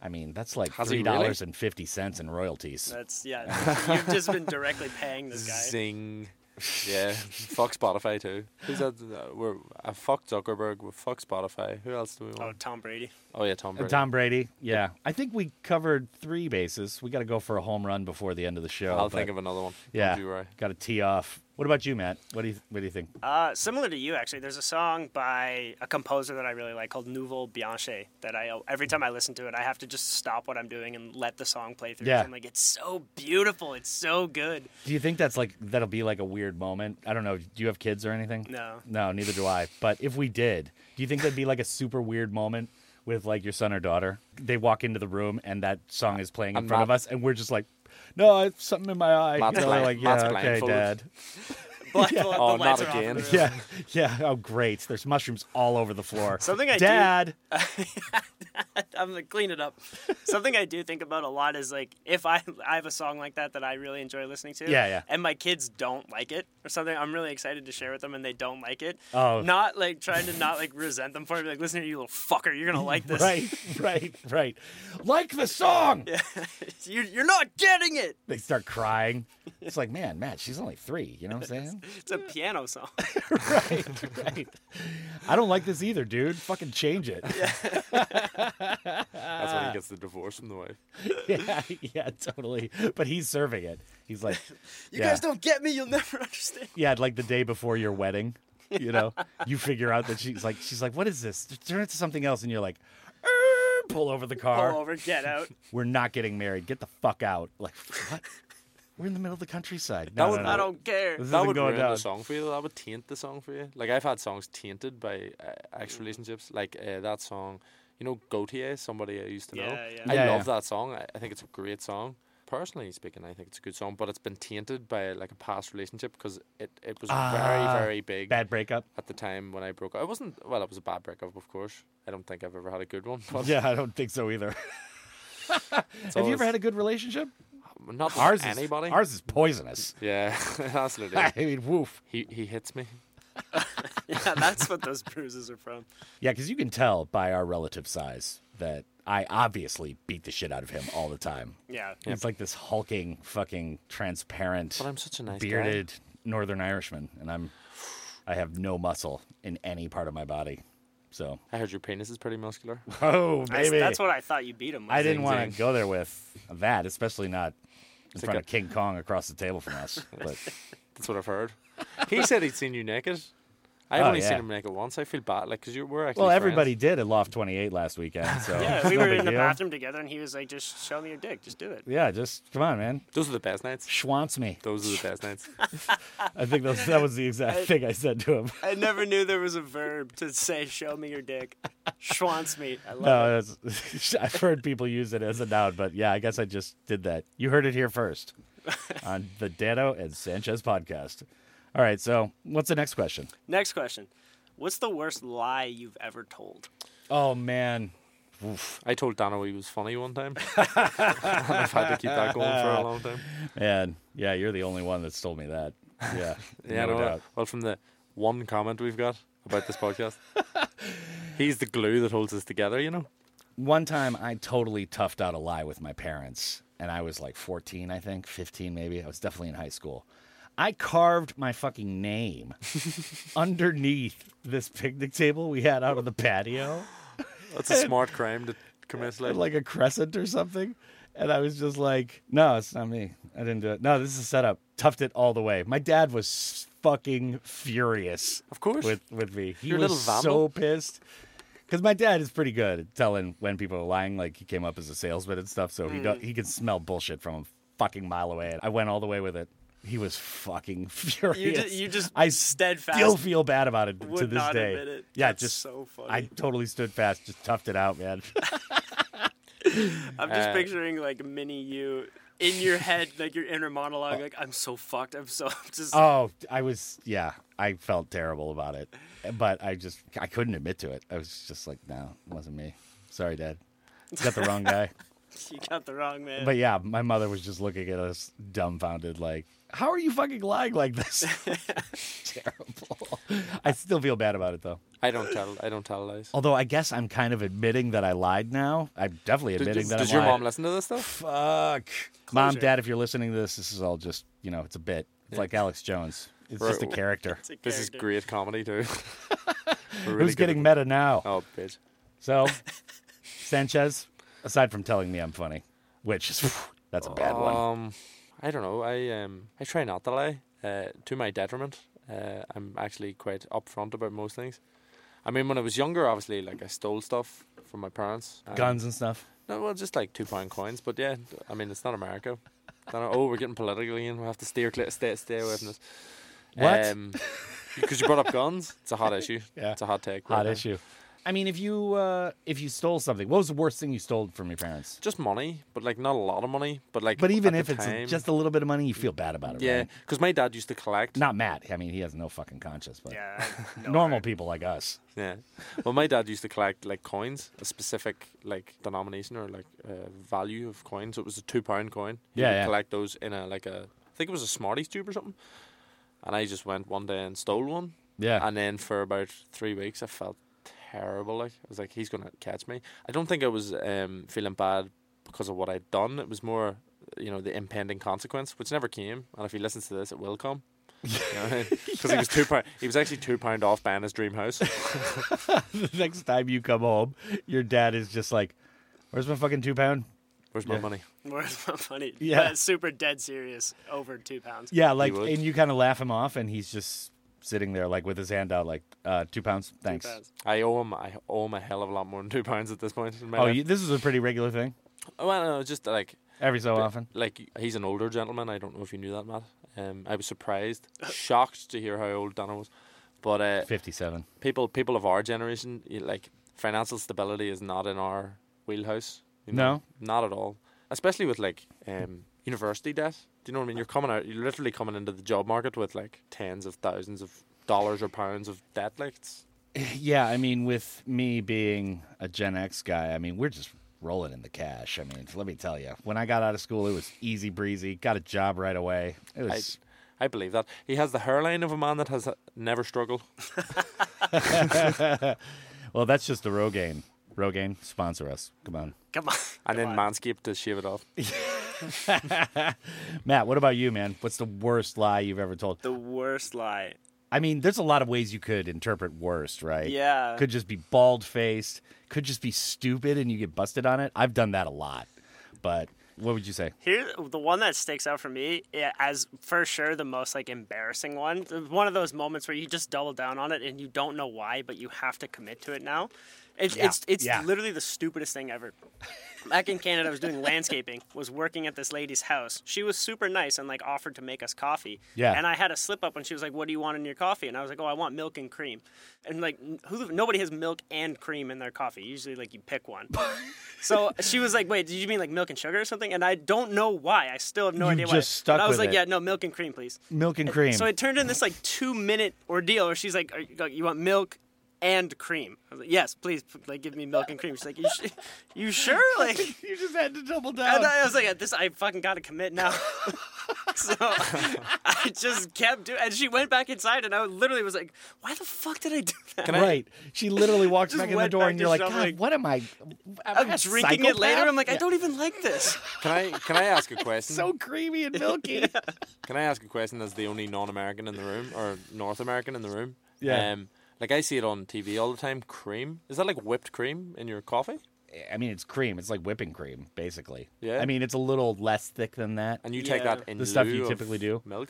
Speaker 4: I mean, that's like
Speaker 3: Has
Speaker 4: three
Speaker 3: he really?
Speaker 4: dollars and fifty cents in royalties.
Speaker 8: That's yeah. You've just been directly paying this guy.
Speaker 3: Zing. Yeah, fuck Spotify too. Who's that? Uh, we're uh, fuck Zuckerberg. We fuck Spotify. Who else do we
Speaker 8: Oh,
Speaker 3: want?
Speaker 8: Tom Brady.
Speaker 3: Oh, yeah, Tom
Speaker 4: Uh,
Speaker 3: Brady.
Speaker 4: Tom Brady. Yeah, I think we covered three bases. We got to go for a home run before the end of the show.
Speaker 3: I'll think
Speaker 4: but
Speaker 3: of another one. Don't
Speaker 4: Yeah,
Speaker 3: you worry.
Speaker 4: got to tee off What about you, Matt? What do you What do you think?
Speaker 8: Uh, similar to you, actually, there's a song by a composer that I really like called Nouveau Bianche that I every time I listen to it, I have to just stop what I'm doing and let the song play through.
Speaker 4: Yeah.
Speaker 8: I'm like, it's so beautiful, it's so good.
Speaker 4: Do you think that's like that'll be like a weird moment? I don't know. Do you have kids or anything?
Speaker 8: No.
Speaker 4: No, neither do I. But if we did, do you think that'd be like a super weird moment with like your son or daughter? They walk into the room and that song is playing in
Speaker 3: I'm
Speaker 4: front of
Speaker 3: not-
Speaker 4: us, and we're just like, "No, I have something in my eye."
Speaker 3: Matt's
Speaker 4: you know,
Speaker 3: blind-
Speaker 4: like,
Speaker 3: Matt's
Speaker 4: yeah, okay,
Speaker 3: blindfolded.
Speaker 4: dad.
Speaker 8: Black yeah.
Speaker 3: Oh, not again.
Speaker 4: Yeah, yeah. Oh, great. There's mushrooms all over the floor.
Speaker 8: Something I do-
Speaker 4: dad.
Speaker 8: I'm gonna clean it up. Something I do think about a lot is like if I I have a song like that that I really enjoy listening to.
Speaker 4: Yeah, yeah.
Speaker 8: And my kids don't like it or something. I'm really excited to share with them, and they don't like it.
Speaker 4: Oh.
Speaker 8: Not like trying to not like resent them for it. Be like, listen here, you little fucker, you're gonna like this.
Speaker 4: Right, right, right. Like the song.
Speaker 8: You're, you're not getting it.
Speaker 4: They start crying. It's like, man, Matt, she's only three. You know what I'm saying?
Speaker 8: It's a piano song.
Speaker 4: right, right. I don't like this either, dude. Fucking change it.
Speaker 3: That's
Speaker 8: Uh,
Speaker 3: when he gets the divorce from the wife.
Speaker 4: Yeah, yeah, totally. But he's serving it. He's like,
Speaker 8: You
Speaker 4: Yeah.
Speaker 8: guys don't get me. You'll never understand.
Speaker 4: yeah, like the day before your wedding, you know, you figure out that she's like, she's like, what is this? Turn it to something else, and you're like, "Er, pull over the car.
Speaker 8: Pull over, get out.
Speaker 4: We're not getting married. Get the fuck out. Like what? We're in the middle of the countryside.
Speaker 3: That
Speaker 4: No,
Speaker 3: would-
Speaker 4: no, no.
Speaker 8: I don't care.
Speaker 4: This
Speaker 3: That
Speaker 4: isn't
Speaker 3: would
Speaker 4: going
Speaker 3: ruin
Speaker 4: down.
Speaker 3: the song for you. That would taint the song for you. Like I've had songs tainted by uh,
Speaker 8: Mm.
Speaker 3: ex relationships. Like uh, that song, you know, Gautier, somebody I used to know.
Speaker 8: Yeah, yeah.
Speaker 3: I
Speaker 4: Yeah,
Speaker 3: love
Speaker 4: yeah.
Speaker 3: that song. I, I think it's a great song. Personally speaking, I think it's a good song, but it's been tainted by like a past relationship because it, it was
Speaker 4: Ah,
Speaker 3: very very big
Speaker 4: Bad breakup.
Speaker 3: at the time when I broke up. It wasn't well. It was a bad breakup, of course. I don't think I've ever had a good one. But
Speaker 4: Yeah, I don't think so either.
Speaker 3: it's
Speaker 4: Have you
Speaker 3: always-
Speaker 4: ever had a good relationship?
Speaker 3: not with
Speaker 4: Ours is
Speaker 3: anybody?
Speaker 4: ours is poisonous.
Speaker 3: Yeah, absolutely.
Speaker 4: I mean, woof.
Speaker 3: he he hits me.
Speaker 8: Yeah, that's what those bruises are from.
Speaker 4: Yeah, because you can tell by our relative size that I obviously beat the shit out of him all the time.
Speaker 8: Yeah.
Speaker 4: He's like this hulking, fucking transparent,
Speaker 3: But I'm such a nice guy.
Speaker 4: bearded Northern Irishman, and I'm I have no muscle in any part of my body. So,
Speaker 3: I heard your penis is pretty muscular.
Speaker 4: oh
Speaker 8: That's, that's what I thought you beat him with.
Speaker 4: I didn't
Speaker 3: Zing,
Speaker 4: want
Speaker 3: zing.
Speaker 4: to go there with that, especially not in front
Speaker 3: like
Speaker 4: of King Kong across the table from us. But
Speaker 3: That's what I've heard. He said he'd seen you naked. I've
Speaker 4: Oh,
Speaker 3: only
Speaker 4: yeah.
Speaker 3: seen him naked once. I feel bad, like, cause you were actually.
Speaker 4: well,
Speaker 3: friends.
Speaker 4: everybody did at Loft 28 last weekend, so
Speaker 8: Yeah,
Speaker 4: it's
Speaker 8: we
Speaker 4: no
Speaker 8: were
Speaker 4: big
Speaker 8: in the
Speaker 4: deal.
Speaker 8: bathroom together, and he was like, "Just show me your dick. Just do it."
Speaker 4: Yeah, just come on, man,
Speaker 3: Those are the best nights.
Speaker 4: schwants me.
Speaker 3: Those are the best nights.
Speaker 4: I think that was, that was the exact thing I said to him.
Speaker 8: I never knew there was a verb to say "show me your dick." Schwants me. I love it.
Speaker 4: No, uh, that's, I've heard people use it as a noun, but yeah, I guess I just did that. You heard it here first on the Dano and Sanchez podcast. All right, so what's the next question?
Speaker 8: Next question: What's the worst lie you've ever told?
Speaker 4: Oh man,
Speaker 3: I told Dano he was funny one time. and I've had to keep that going for a long time.
Speaker 4: man, yeah, you're the only one that's told me that. Yeah,
Speaker 3: Yeah,
Speaker 4: no
Speaker 3: no,
Speaker 4: doubt.
Speaker 3: well, from the one comment we've got about this podcast, he's the glue that holds us together. You know.
Speaker 4: One time, I totally toughed out a lie with my parents, and I was like 14, I think, 15 maybe. I was definitely in high school. I carved my fucking name underneath this picnic table we had out on the patio.
Speaker 3: That's a smart crime to commit. Like,
Speaker 4: like a crescent or something. And I was just like, no, it's not me. I didn't do it. No, this is a setup. Tuffed it all the way. My dad was fucking furious.
Speaker 3: Of course.
Speaker 4: With, with me. He
Speaker 3: You're a
Speaker 4: was
Speaker 3: little
Speaker 4: so
Speaker 3: vamble.
Speaker 4: pissed. Because my dad is pretty good at telling when people are lying. Like he came up as a salesman and stuff. So he, do, he can smell bullshit from a fucking mile away. And I went all the way with it. He was fucking furious.
Speaker 8: You just, you just
Speaker 4: I
Speaker 8: steadfast.
Speaker 4: still feel bad about it to
Speaker 8: would
Speaker 4: this
Speaker 8: not
Speaker 4: day.
Speaker 8: admit it.
Speaker 4: Yeah,
Speaker 8: That's
Speaker 4: just
Speaker 8: so funny.
Speaker 4: I totally stood fast, just toughed it out, man.
Speaker 8: I'm just
Speaker 3: Uh,
Speaker 8: picturing like mini you in your head, like your inner monologue, like I'm so fucked. I'm so I'm just.
Speaker 4: Oh, I was yeah, I felt terrible about it, but I just I couldn't admit to it. I was just like, no, it wasn't me. Sorry, Dad. You Got the wrong guy.
Speaker 8: you got the wrong man.
Speaker 4: But yeah, my mother was just looking at us dumbfounded, like, how are you fucking lying like this? terrible. I still feel bad about it though.
Speaker 3: I don't tell. I don't tell lies.
Speaker 4: Although I guess I'm kind of admitting that I lied now. I'm definitely
Speaker 3: Does,
Speaker 4: admitting
Speaker 3: does-
Speaker 4: that
Speaker 3: does
Speaker 4: I
Speaker 3: your
Speaker 4: lied.
Speaker 3: mom listen to this stuff?
Speaker 4: Fuck. Mom,
Speaker 8: Closure.
Speaker 4: Dad, if you're listening to this, this is all just you know, it's a bit. It's like Alex Jones. It's just a
Speaker 3: Right.
Speaker 4: character.
Speaker 8: It's a
Speaker 3: This is
Speaker 8: character.
Speaker 3: great comedy too. We're really
Speaker 4: Who's
Speaker 3: good at
Speaker 4: getting
Speaker 3: that.
Speaker 4: meta now?
Speaker 3: Oh, bitch.
Speaker 4: So, Sanchez, aside from telling me I'm funny, which is that's a bad one.
Speaker 3: Um, I don't know. I um, I try not to lie. uh, to my detriment. Uh, I'm actually quite upfront about most things. I mean, when I was younger, obviously, like I stole stuff from my parents. And-
Speaker 4: Guns and stuff.
Speaker 3: No, well, just like two pound coins. But yeah, I mean, it's not America. Don't know, oh, we're getting political again. We have to steer clear, stay, stay away from this. Um,
Speaker 4: What?
Speaker 3: Because you brought up guns. It's a hot issue.
Speaker 4: Yeah.
Speaker 3: It's a hot take. right
Speaker 4: Hot
Speaker 3: now.
Speaker 4: issue. I mean, if you uh, if you stole something, what was the worst thing you stole from your parents?
Speaker 3: Just money, but like not a lot of money. But like,
Speaker 4: But even
Speaker 3: at
Speaker 4: if
Speaker 3: the
Speaker 4: it's
Speaker 3: time-
Speaker 4: just a little bit of money, you feel bad about it.
Speaker 3: yeah,
Speaker 4: right?
Speaker 3: because my dad used to collect.
Speaker 4: Not Matt. I mean, he has no fucking conscience, but
Speaker 8: Yeah. I- no,
Speaker 4: normal
Speaker 8: I-
Speaker 4: people like us.
Speaker 3: Yeah. Well, my dad used to collect like coins, a specific like denomination or like uh, value of coins. It was a two pound coin. He
Speaker 4: Yeah,
Speaker 3: would
Speaker 4: yeah.
Speaker 3: Collect those in a like a I think it was a Smarties tube or something. And I just went one day and stole one.
Speaker 4: Yeah.
Speaker 3: And then for about three weeks, I felt terrible. Like I was like, he's gonna catch me. I don't think I was um, feeling bad because of what I'd done. It was more, you know, the impending consequence, which never came. And if he listens to this, it will come. Because he was two pound. He was actually two pound off buying his dream house.
Speaker 4: the next time you come home, your dad is just like, "Where's my fucking two pound?"
Speaker 3: Where's my money?
Speaker 8: Where's my money?
Speaker 4: Yeah.
Speaker 8: But it's Uh, super dead serious. Over two pounds.
Speaker 4: Yeah, like,
Speaker 3: would.
Speaker 4: and you kind of laugh him off, and he's just sitting there like with his hand out, like, uh, two pounds, thanks.
Speaker 8: pounds.
Speaker 3: I owe him. I owe him a hell of a lot more than two pounds at this point. In my
Speaker 4: Oh,
Speaker 3: life.
Speaker 4: you, this is a pretty regular thing.
Speaker 3: Oh, well, no, just like
Speaker 4: Every so often.
Speaker 3: like he's an older gentleman. I don't know if you knew that, Matt. Um, I was surprised, shocked to hear how old Donna was. But uh,
Speaker 4: Fifty-seven.
Speaker 3: people people of our generation you- like financial stability is not in our wheelhouse you
Speaker 4: No.
Speaker 3: know? not at all especially with like um university debt do you know what i mean you're coming out you're literally coming into the job market with like tens of thousands of dollars or pounds of debt like it's
Speaker 4: Yeah, I mean, with me being a Gen X guy, I mean, we're just rolling in the cash. I mean, let me tell you, when I got out of school, it was easy breezy. Got a job right away. It
Speaker 3: I,
Speaker 4: was.
Speaker 3: I believe that he has the hairline of a man that has uh, never struggled
Speaker 4: well, that's just the Rogaine. Rogaine, sponsor us. Come on,
Speaker 8: Come on.
Speaker 3: and
Speaker 8: Come
Speaker 3: then
Speaker 8: on.
Speaker 3: manscaped to shave it off
Speaker 4: Matt. What about you, man? What's the worst lie you've ever told?
Speaker 8: The worst lie.
Speaker 4: I mean, there's a lot of ways you could interpret worst, right?
Speaker 8: Yeah.
Speaker 4: Could just be bald faced. Could just be stupid, and you get busted on it. I've done that a lot, but what would you say?
Speaker 8: Here, the one that sticks out for me yeah, as for sure the most like embarrassing one. One of those moments where you just double down on it and you don't know why, but you have to commit to it now. It's it's it's
Speaker 4: yeah.
Speaker 8: literally the stupidest thing ever. Back in Canada, I was doing landscaping. Was working at this lady's house. She was super nice and like offered to make us coffee.
Speaker 4: Yeah.
Speaker 8: And I had a slip up, and she was like, "What do you want in your coffee?" And I was like, "Oh, I want milk and cream." And like, who? Nobody has milk and cream in their coffee. Usually, like you pick one. So she was like, "Wait, did you mean like milk and sugar or something?" And I don't know why. I still have no
Speaker 4: You
Speaker 8: idea why.
Speaker 4: just stuck
Speaker 8: but I was
Speaker 4: with
Speaker 8: like,
Speaker 4: it.
Speaker 8: "Yeah, no, milk and cream, please."
Speaker 4: Milk and cream.
Speaker 8: So it turned in this like two minute ordeal where she's like, Are you, "You want milk and cream?" I was like, "Yes, please. p- Like, give me milk and cream." She's like, "You, sh- you sure?" Like,
Speaker 4: you just had to double down.
Speaker 8: and I was like, "This, I fucking gotta commit now." so I just kept doing. And she went back inside, and I literally was like, "Why the fuck did I do that?"
Speaker 4: right. She literally walks
Speaker 8: Just
Speaker 4: back in the
Speaker 8: went
Speaker 4: door
Speaker 8: back
Speaker 4: and
Speaker 8: to
Speaker 4: you're like,
Speaker 8: shoveling.
Speaker 4: God, what am I? am I
Speaker 8: I'm
Speaker 4: a
Speaker 8: drinking it later.
Speaker 4: psychopath?"
Speaker 8: I'm like, I
Speaker 4: Yeah.
Speaker 8: don't even like this.
Speaker 3: can i can i ask a question
Speaker 4: So creamy and milky.
Speaker 3: Can I ask a question as the only non-American in the room or North American in the room?
Speaker 4: Yeah.
Speaker 3: Um, like I see it on TV all the time. Cream is that like whipped cream in your coffee?
Speaker 4: I mean, it's cream. It's like whipping cream, basically.
Speaker 3: Yeah.
Speaker 4: I mean, it's a little less thick than that.
Speaker 3: And you take
Speaker 8: Yeah.
Speaker 3: that in
Speaker 4: The stuff
Speaker 3: lieu
Speaker 4: you
Speaker 3: of
Speaker 4: typically do.
Speaker 3: Milk.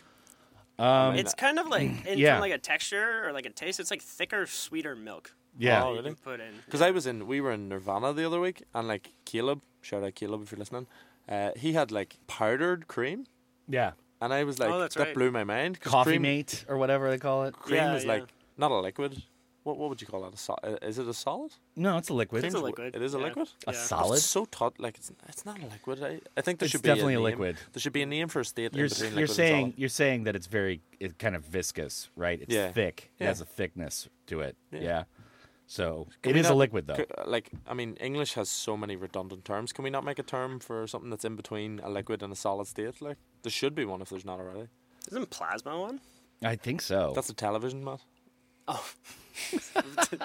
Speaker 4: Um,
Speaker 8: It's kind of like in
Speaker 4: Yeah.
Speaker 8: from like a texture or like a taste. It's like thicker, sweeter milk.
Speaker 4: yeah.
Speaker 3: Oh,
Speaker 8: that you
Speaker 3: really?
Speaker 8: can put in.
Speaker 3: Because I was in, we were in Nirvana the other week, and like Caleb, shout out Caleb if you're listening, uh, he had like powdered cream,
Speaker 4: yeah.
Speaker 3: and I was like,
Speaker 8: Oh, that's
Speaker 3: that
Speaker 8: right.
Speaker 3: blew my mind. 'cause
Speaker 4: Coffee
Speaker 3: cream,
Speaker 4: mate or whatever they call it.
Speaker 3: Cream
Speaker 8: Yeah,
Speaker 3: is
Speaker 8: yeah.
Speaker 3: like not a liquid. What what would you call that? A sol- uh, is it a solid?
Speaker 4: No, it's a liquid.
Speaker 8: It's a liquid.
Speaker 3: It is a
Speaker 8: yeah.
Speaker 3: liquid?
Speaker 4: A
Speaker 8: Yeah.
Speaker 4: solid.
Speaker 3: It's so taut. Like it's it's not a liquid. I, I think there
Speaker 4: It's
Speaker 3: should be
Speaker 4: definitely
Speaker 3: a,
Speaker 4: a
Speaker 3: name.
Speaker 4: liquid.
Speaker 3: There should be a name for a state. in
Speaker 4: You're,
Speaker 3: between
Speaker 4: you're
Speaker 3: liquid
Speaker 4: saying
Speaker 3: and solid.
Speaker 4: you're saying that it's very it's kind of viscous, right? It's
Speaker 3: Yeah.
Speaker 4: thick. It
Speaker 3: Yeah.
Speaker 4: has a thickness to it. Yeah. So
Speaker 3: Can
Speaker 4: it
Speaker 3: we
Speaker 4: is a
Speaker 3: not-
Speaker 4: liquid though.
Speaker 3: c- like I mean, English has so many redundant terms. Can we not make a term for something that's in between a liquid and a solid state? Like there should be one if there's not already.
Speaker 8: Isn't plasma one?
Speaker 4: I think so.
Speaker 3: That's a television, Matt.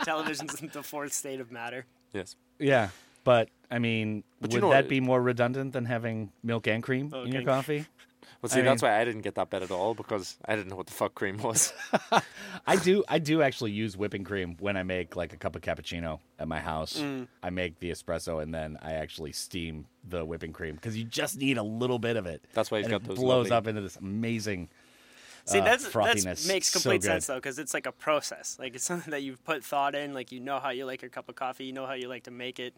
Speaker 8: Television's the fourth state of matter.
Speaker 3: Yes.
Speaker 4: Yeah, but I mean, would
Speaker 3: you know
Speaker 4: that
Speaker 3: what-
Speaker 4: be more redundant than having milk and cream in your
Speaker 8: Okay.
Speaker 4: coffee?
Speaker 3: Well, see,
Speaker 4: I
Speaker 3: that's why I didn't get that bit at all because I didn't know what the fuck cream was.
Speaker 4: I do. I do actually use whipping cream when I make like a cup of cappuccino at my house.
Speaker 3: Mm.
Speaker 4: I make the espresso and then I actually steam the whipping cream because you just need a little bit of it.
Speaker 3: That's why you've
Speaker 4: and
Speaker 3: got
Speaker 4: it
Speaker 3: those lovely-
Speaker 4: blows up into this amazing.
Speaker 8: See,
Speaker 4: uh,
Speaker 8: that's
Speaker 4: frothiness.
Speaker 8: that makes
Speaker 4: So
Speaker 8: complete
Speaker 4: good.
Speaker 8: sense though, because it's like a process. Like it's something that you've put thought in. Like you know how you like your cup of coffee. You know how you like to make it.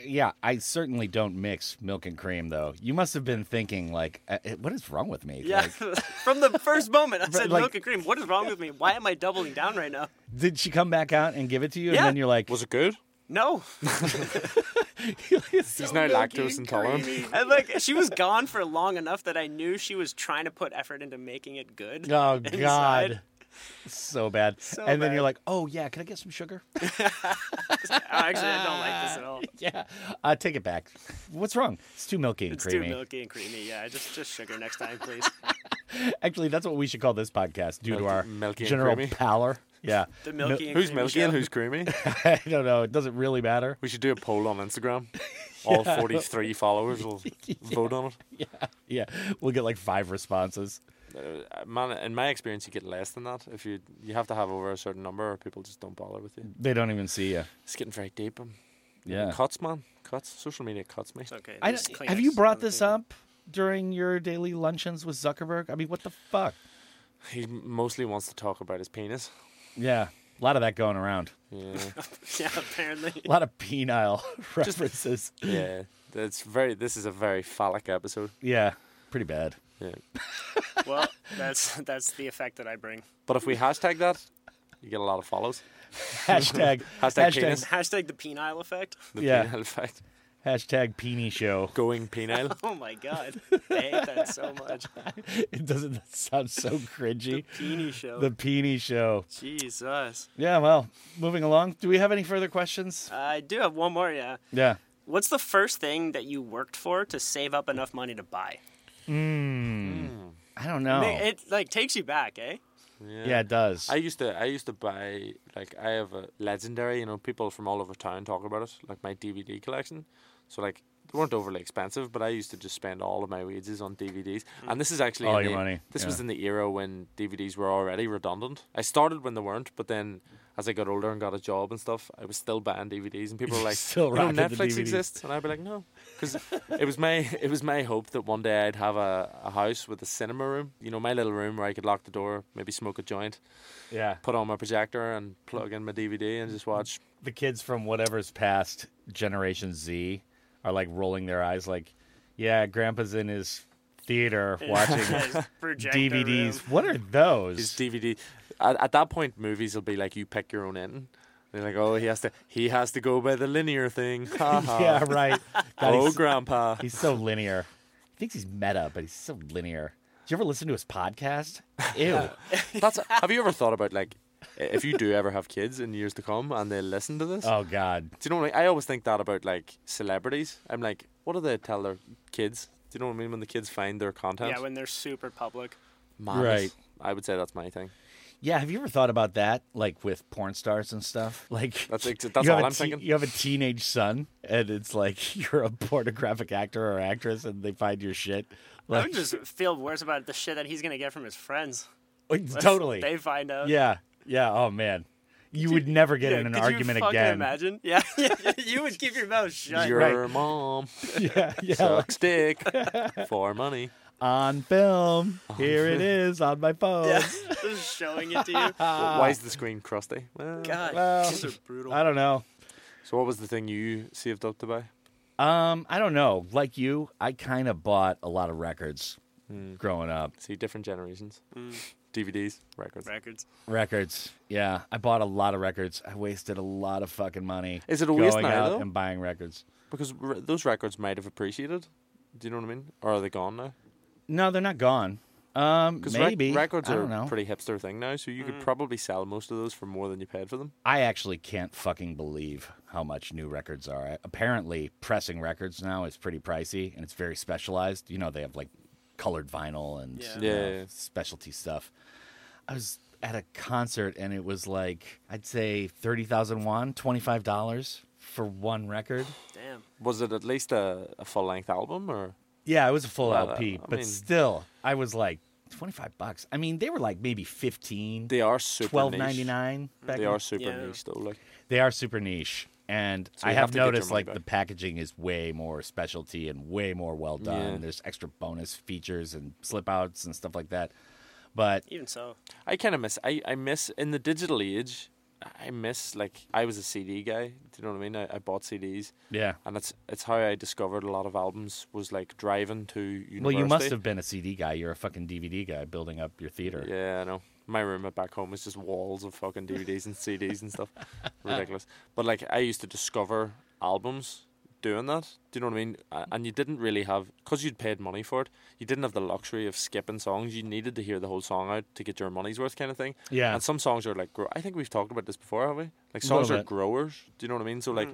Speaker 4: Yeah, I certainly don't mix milk and cream though. You must have been thinking like, uh, uh, what is wrong with me?
Speaker 8: Yeah.
Speaker 4: Like,
Speaker 8: From the first moment, I said
Speaker 4: like-
Speaker 8: milk and cream. What is wrong with me? Why am I doubling down right now?
Speaker 4: did she come back out and give it to you?
Speaker 8: Yeah.
Speaker 4: And then you're like,
Speaker 3: Was it good?
Speaker 8: No,
Speaker 3: He's now lactose intolerant.
Speaker 8: and like she was gone for long enough that I knew she was trying to put effort into making it good.
Speaker 4: oh
Speaker 8: inside.
Speaker 4: god, so bad. and then
Speaker 8: bad.
Speaker 4: you're like, oh yeah, can I get some sugar?
Speaker 8: Actually, I don't like this at all.
Speaker 4: yeah, uh, take it back. What's wrong? It's too milky and
Speaker 8: It's
Speaker 4: creamy.
Speaker 8: too milky and creamy. Yeah, just just sugar next time, please.
Speaker 4: Actually, that's what we should call this podcast due
Speaker 3: Milky-
Speaker 4: to our
Speaker 3: milky and
Speaker 4: general
Speaker 3: creamy.
Speaker 4: pallor. Yeah,
Speaker 8: The milky and
Speaker 3: Who's
Speaker 8: creamy
Speaker 3: milky and
Speaker 8: show.
Speaker 3: who's creamy?
Speaker 4: I don't know. It doesn't really matter.
Speaker 3: We should do a poll on Instagram. All 43 followers will vote on it.
Speaker 4: Yeah, we'll get like five responses.
Speaker 3: Uh, Man, in my experience, you get less than that. If you you have to have over a certain number, or people just don't bother with you.
Speaker 4: They don't even see you.
Speaker 3: It's getting very deep. Um,
Speaker 4: Mm. Yeah.
Speaker 3: Cuts, man. Cuts. Social media cuts me.
Speaker 8: It's okay.
Speaker 4: I
Speaker 8: there's
Speaker 4: don't- have
Speaker 8: Kleenex
Speaker 4: you
Speaker 8: on
Speaker 4: brought
Speaker 8: the
Speaker 4: this
Speaker 8: table.
Speaker 4: up during your daily luncheons with Zuckerberg? I mean, what the fuck?
Speaker 3: He mostly wants to talk about his penis.
Speaker 4: Yeah, a lot of that going around.
Speaker 3: Yeah.
Speaker 8: Yeah, apparently.
Speaker 4: A lot of penile references.
Speaker 3: yeah. That's very. This is a very phallic episode.
Speaker 4: Yeah, pretty bad.
Speaker 3: Yeah.
Speaker 8: Well, that's that's the effect that I bring.
Speaker 3: But if we hashtag that, you get a lot of follows.
Speaker 4: Hashtag
Speaker 3: Hashtag penis.
Speaker 8: Hashtag the penile effect.
Speaker 3: The
Speaker 4: Yeah.
Speaker 3: penile effect.
Speaker 4: hashtag peenie show.
Speaker 3: Going penile.
Speaker 8: Oh my god, I hate that so much.
Speaker 4: It doesn't that sound so cringy.
Speaker 8: Peenie show.
Speaker 4: The peenie show.
Speaker 8: Jesus.
Speaker 4: Yeah, well, moving along. Do we have any further questions?
Speaker 8: I do have one more. Yeah.
Speaker 4: Yeah.
Speaker 8: What's the first thing that you worked for to save up enough money to buy?
Speaker 4: I don't know.
Speaker 8: Ma- It like takes you back, eh?
Speaker 4: yeah, it does.
Speaker 3: I used to I used to buy like I have a legendary, you know, people from all over town talk about it, like my DVD collection. So like they weren't overly expensive, but I used to just spend all of my wages on DVDs. And this is actually
Speaker 4: All
Speaker 3: in
Speaker 4: your
Speaker 3: the-
Speaker 4: money,
Speaker 3: This was
Speaker 4: yeah.
Speaker 3: in the era when DVDs were already redundant. I started when they weren't, but then as I got older and got a job and stuff, I was still buying DVDs, and people were like,
Speaker 4: Still
Speaker 3: "You know,
Speaker 4: rocking the
Speaker 3: Netflix
Speaker 4: DVDs.
Speaker 3: exists," and I'd be like, "No," because it was my it was my hope that one day I'd have a, a house with a cinema room, you know, my little room where I could lock the door, maybe smoke a joint,
Speaker 4: yeah.
Speaker 3: put on my projector and plug in my DVD and
Speaker 4: Mm-hmm.
Speaker 3: just watch.
Speaker 4: The kids from whatever's past Generation Z are like rolling their eyes like, yeah, grandpa's in his theater watching
Speaker 8: Guys, projector
Speaker 4: DVDs.
Speaker 8: room.
Speaker 4: What are
Speaker 3: His
Speaker 4: those?
Speaker 3: DVD. At, at that point, movies will be like you pick your own ending. They're like, oh, he has to, he has to go by the linear thing. Ha ha.
Speaker 4: yeah, right. God,
Speaker 3: Oh,
Speaker 4: he's,
Speaker 3: grandpa.
Speaker 4: he's so linear. He thinks he's meta, but he's so linear. Did you ever listen to his podcast? Ew.
Speaker 3: That's. Have you ever thought about like, if you do ever have kids in years to come and they listen to this?
Speaker 4: oh God.
Speaker 3: Do you know what I, I always think that about like celebrities? I'm like, what do they tell their kids? Do you know what I mean when the kids find their content?
Speaker 8: Yeah, when they're super public.
Speaker 3: Madness.
Speaker 4: Right.
Speaker 3: I would say that's my thing.
Speaker 4: Yeah, have you ever thought about that? Like with porn stars and stuff? Like
Speaker 3: That's ex- that's
Speaker 4: you have
Speaker 3: all
Speaker 4: a
Speaker 3: I'm
Speaker 4: te-
Speaker 3: thinking.
Speaker 4: You have a teenage son and it's like you're a pornographic actor or actress and they find your shit.
Speaker 8: I
Speaker 4: Like
Speaker 8: would just feel worse about the shit that he's gonna get from his friends.
Speaker 4: totally.
Speaker 8: They find out.
Speaker 4: Yeah. Yeah. Oh man. You would never get
Speaker 8: Yeah,
Speaker 4: in an
Speaker 8: could
Speaker 4: argument
Speaker 8: you fucking
Speaker 4: again.
Speaker 8: Imagine, yeah, you would keep your mouth shut.
Speaker 3: Your
Speaker 4: Right.
Speaker 3: mom.
Speaker 4: Yeah, yeah. like,
Speaker 3: sucks dick for money.
Speaker 4: on film. Here it is on my phone.
Speaker 8: Yeah, just showing it to you.
Speaker 3: Why
Speaker 4: Ah.
Speaker 3: is the screen crusty? Well,
Speaker 8: God,
Speaker 4: Well,
Speaker 8: kids are brutal.
Speaker 4: I don't know.
Speaker 3: So what was the thing you saved up to buy?
Speaker 4: Um, I don't know. Like you, I kind of bought a lot of records
Speaker 3: Hmm.
Speaker 4: growing up.
Speaker 3: See, different generations.
Speaker 4: Mm.
Speaker 3: DVDs, records.
Speaker 8: Records.
Speaker 4: Records. Yeah, I bought a lot of records. I wasted a lot of fucking money.
Speaker 3: Is it a
Speaker 4: going
Speaker 3: waste now,
Speaker 4: out
Speaker 3: though?
Speaker 4: and buying records?
Speaker 3: Because re- those records might have appreciated. Do you know what I mean? Or are they gone now?
Speaker 4: No, they're not gone. Um,
Speaker 3: Because
Speaker 4: maybe
Speaker 3: records
Speaker 4: I
Speaker 3: are
Speaker 4: don't know. Mm.
Speaker 3: a pretty hipster thing now, so you could probably sell most of those for more than you paid for them.
Speaker 4: I actually can't fucking believe how much new records are. I- Apparently, pressing records now is pretty pricey and it's very specialized. You know, they have like colored vinyl and
Speaker 8: Yeah.
Speaker 4: you know,
Speaker 3: Yeah.
Speaker 4: specialty stuff. I was at a concert and it was like, I'd say 30,000 won, $25 for one record.
Speaker 8: Damn.
Speaker 3: Was it at least a, a full length album or?
Speaker 4: Yeah, it was a full
Speaker 3: Well,
Speaker 4: LP,
Speaker 3: I
Speaker 4: but
Speaker 3: mean-
Speaker 4: still, I was like, 25 bucks. I mean, they were like maybe 15,
Speaker 3: They are super.
Speaker 4: twelve
Speaker 3: niche.
Speaker 4: ninety nine. back
Speaker 3: They
Speaker 4: in-
Speaker 3: are super
Speaker 8: Yeah.
Speaker 3: niche though. Like
Speaker 4: They are super niche, and
Speaker 3: So
Speaker 4: I
Speaker 3: you have
Speaker 4: have,
Speaker 3: to get your
Speaker 4: noticed
Speaker 3: money
Speaker 4: like
Speaker 3: back.
Speaker 4: the packaging is way more specialty and way more well done.
Speaker 3: Yeah.
Speaker 4: There's extra bonus features and slip outs and stuff like that. But
Speaker 8: Even so,
Speaker 3: I kind of miss. I, I miss in the digital age. I miss like I was a CD guy. Do you know what I mean? I, I bought CDs,
Speaker 4: yeah.
Speaker 3: and it's it's how I discovered a lot of albums was like driving to university.
Speaker 4: Well, you must have been a CD guy. You're a fucking DVD guy building up your theater.
Speaker 3: Yeah, I know. My room at back home is just walls of fucking DVDs and CDs and stuff. Ridiculous. But like, I used to discover albums doing that. Do you know what I mean? A- And you didn't really have, because you'd paid money for it, you didn't have the luxury of skipping songs. You needed to hear the whole song out to get your money's worth kind of thing.
Speaker 4: Yeah.
Speaker 3: And some songs are like, grow- I think we've talked about this before, have we? Like,
Speaker 4: Little
Speaker 3: songs are
Speaker 4: bit.
Speaker 3: growers. Do you know what I mean? So, like,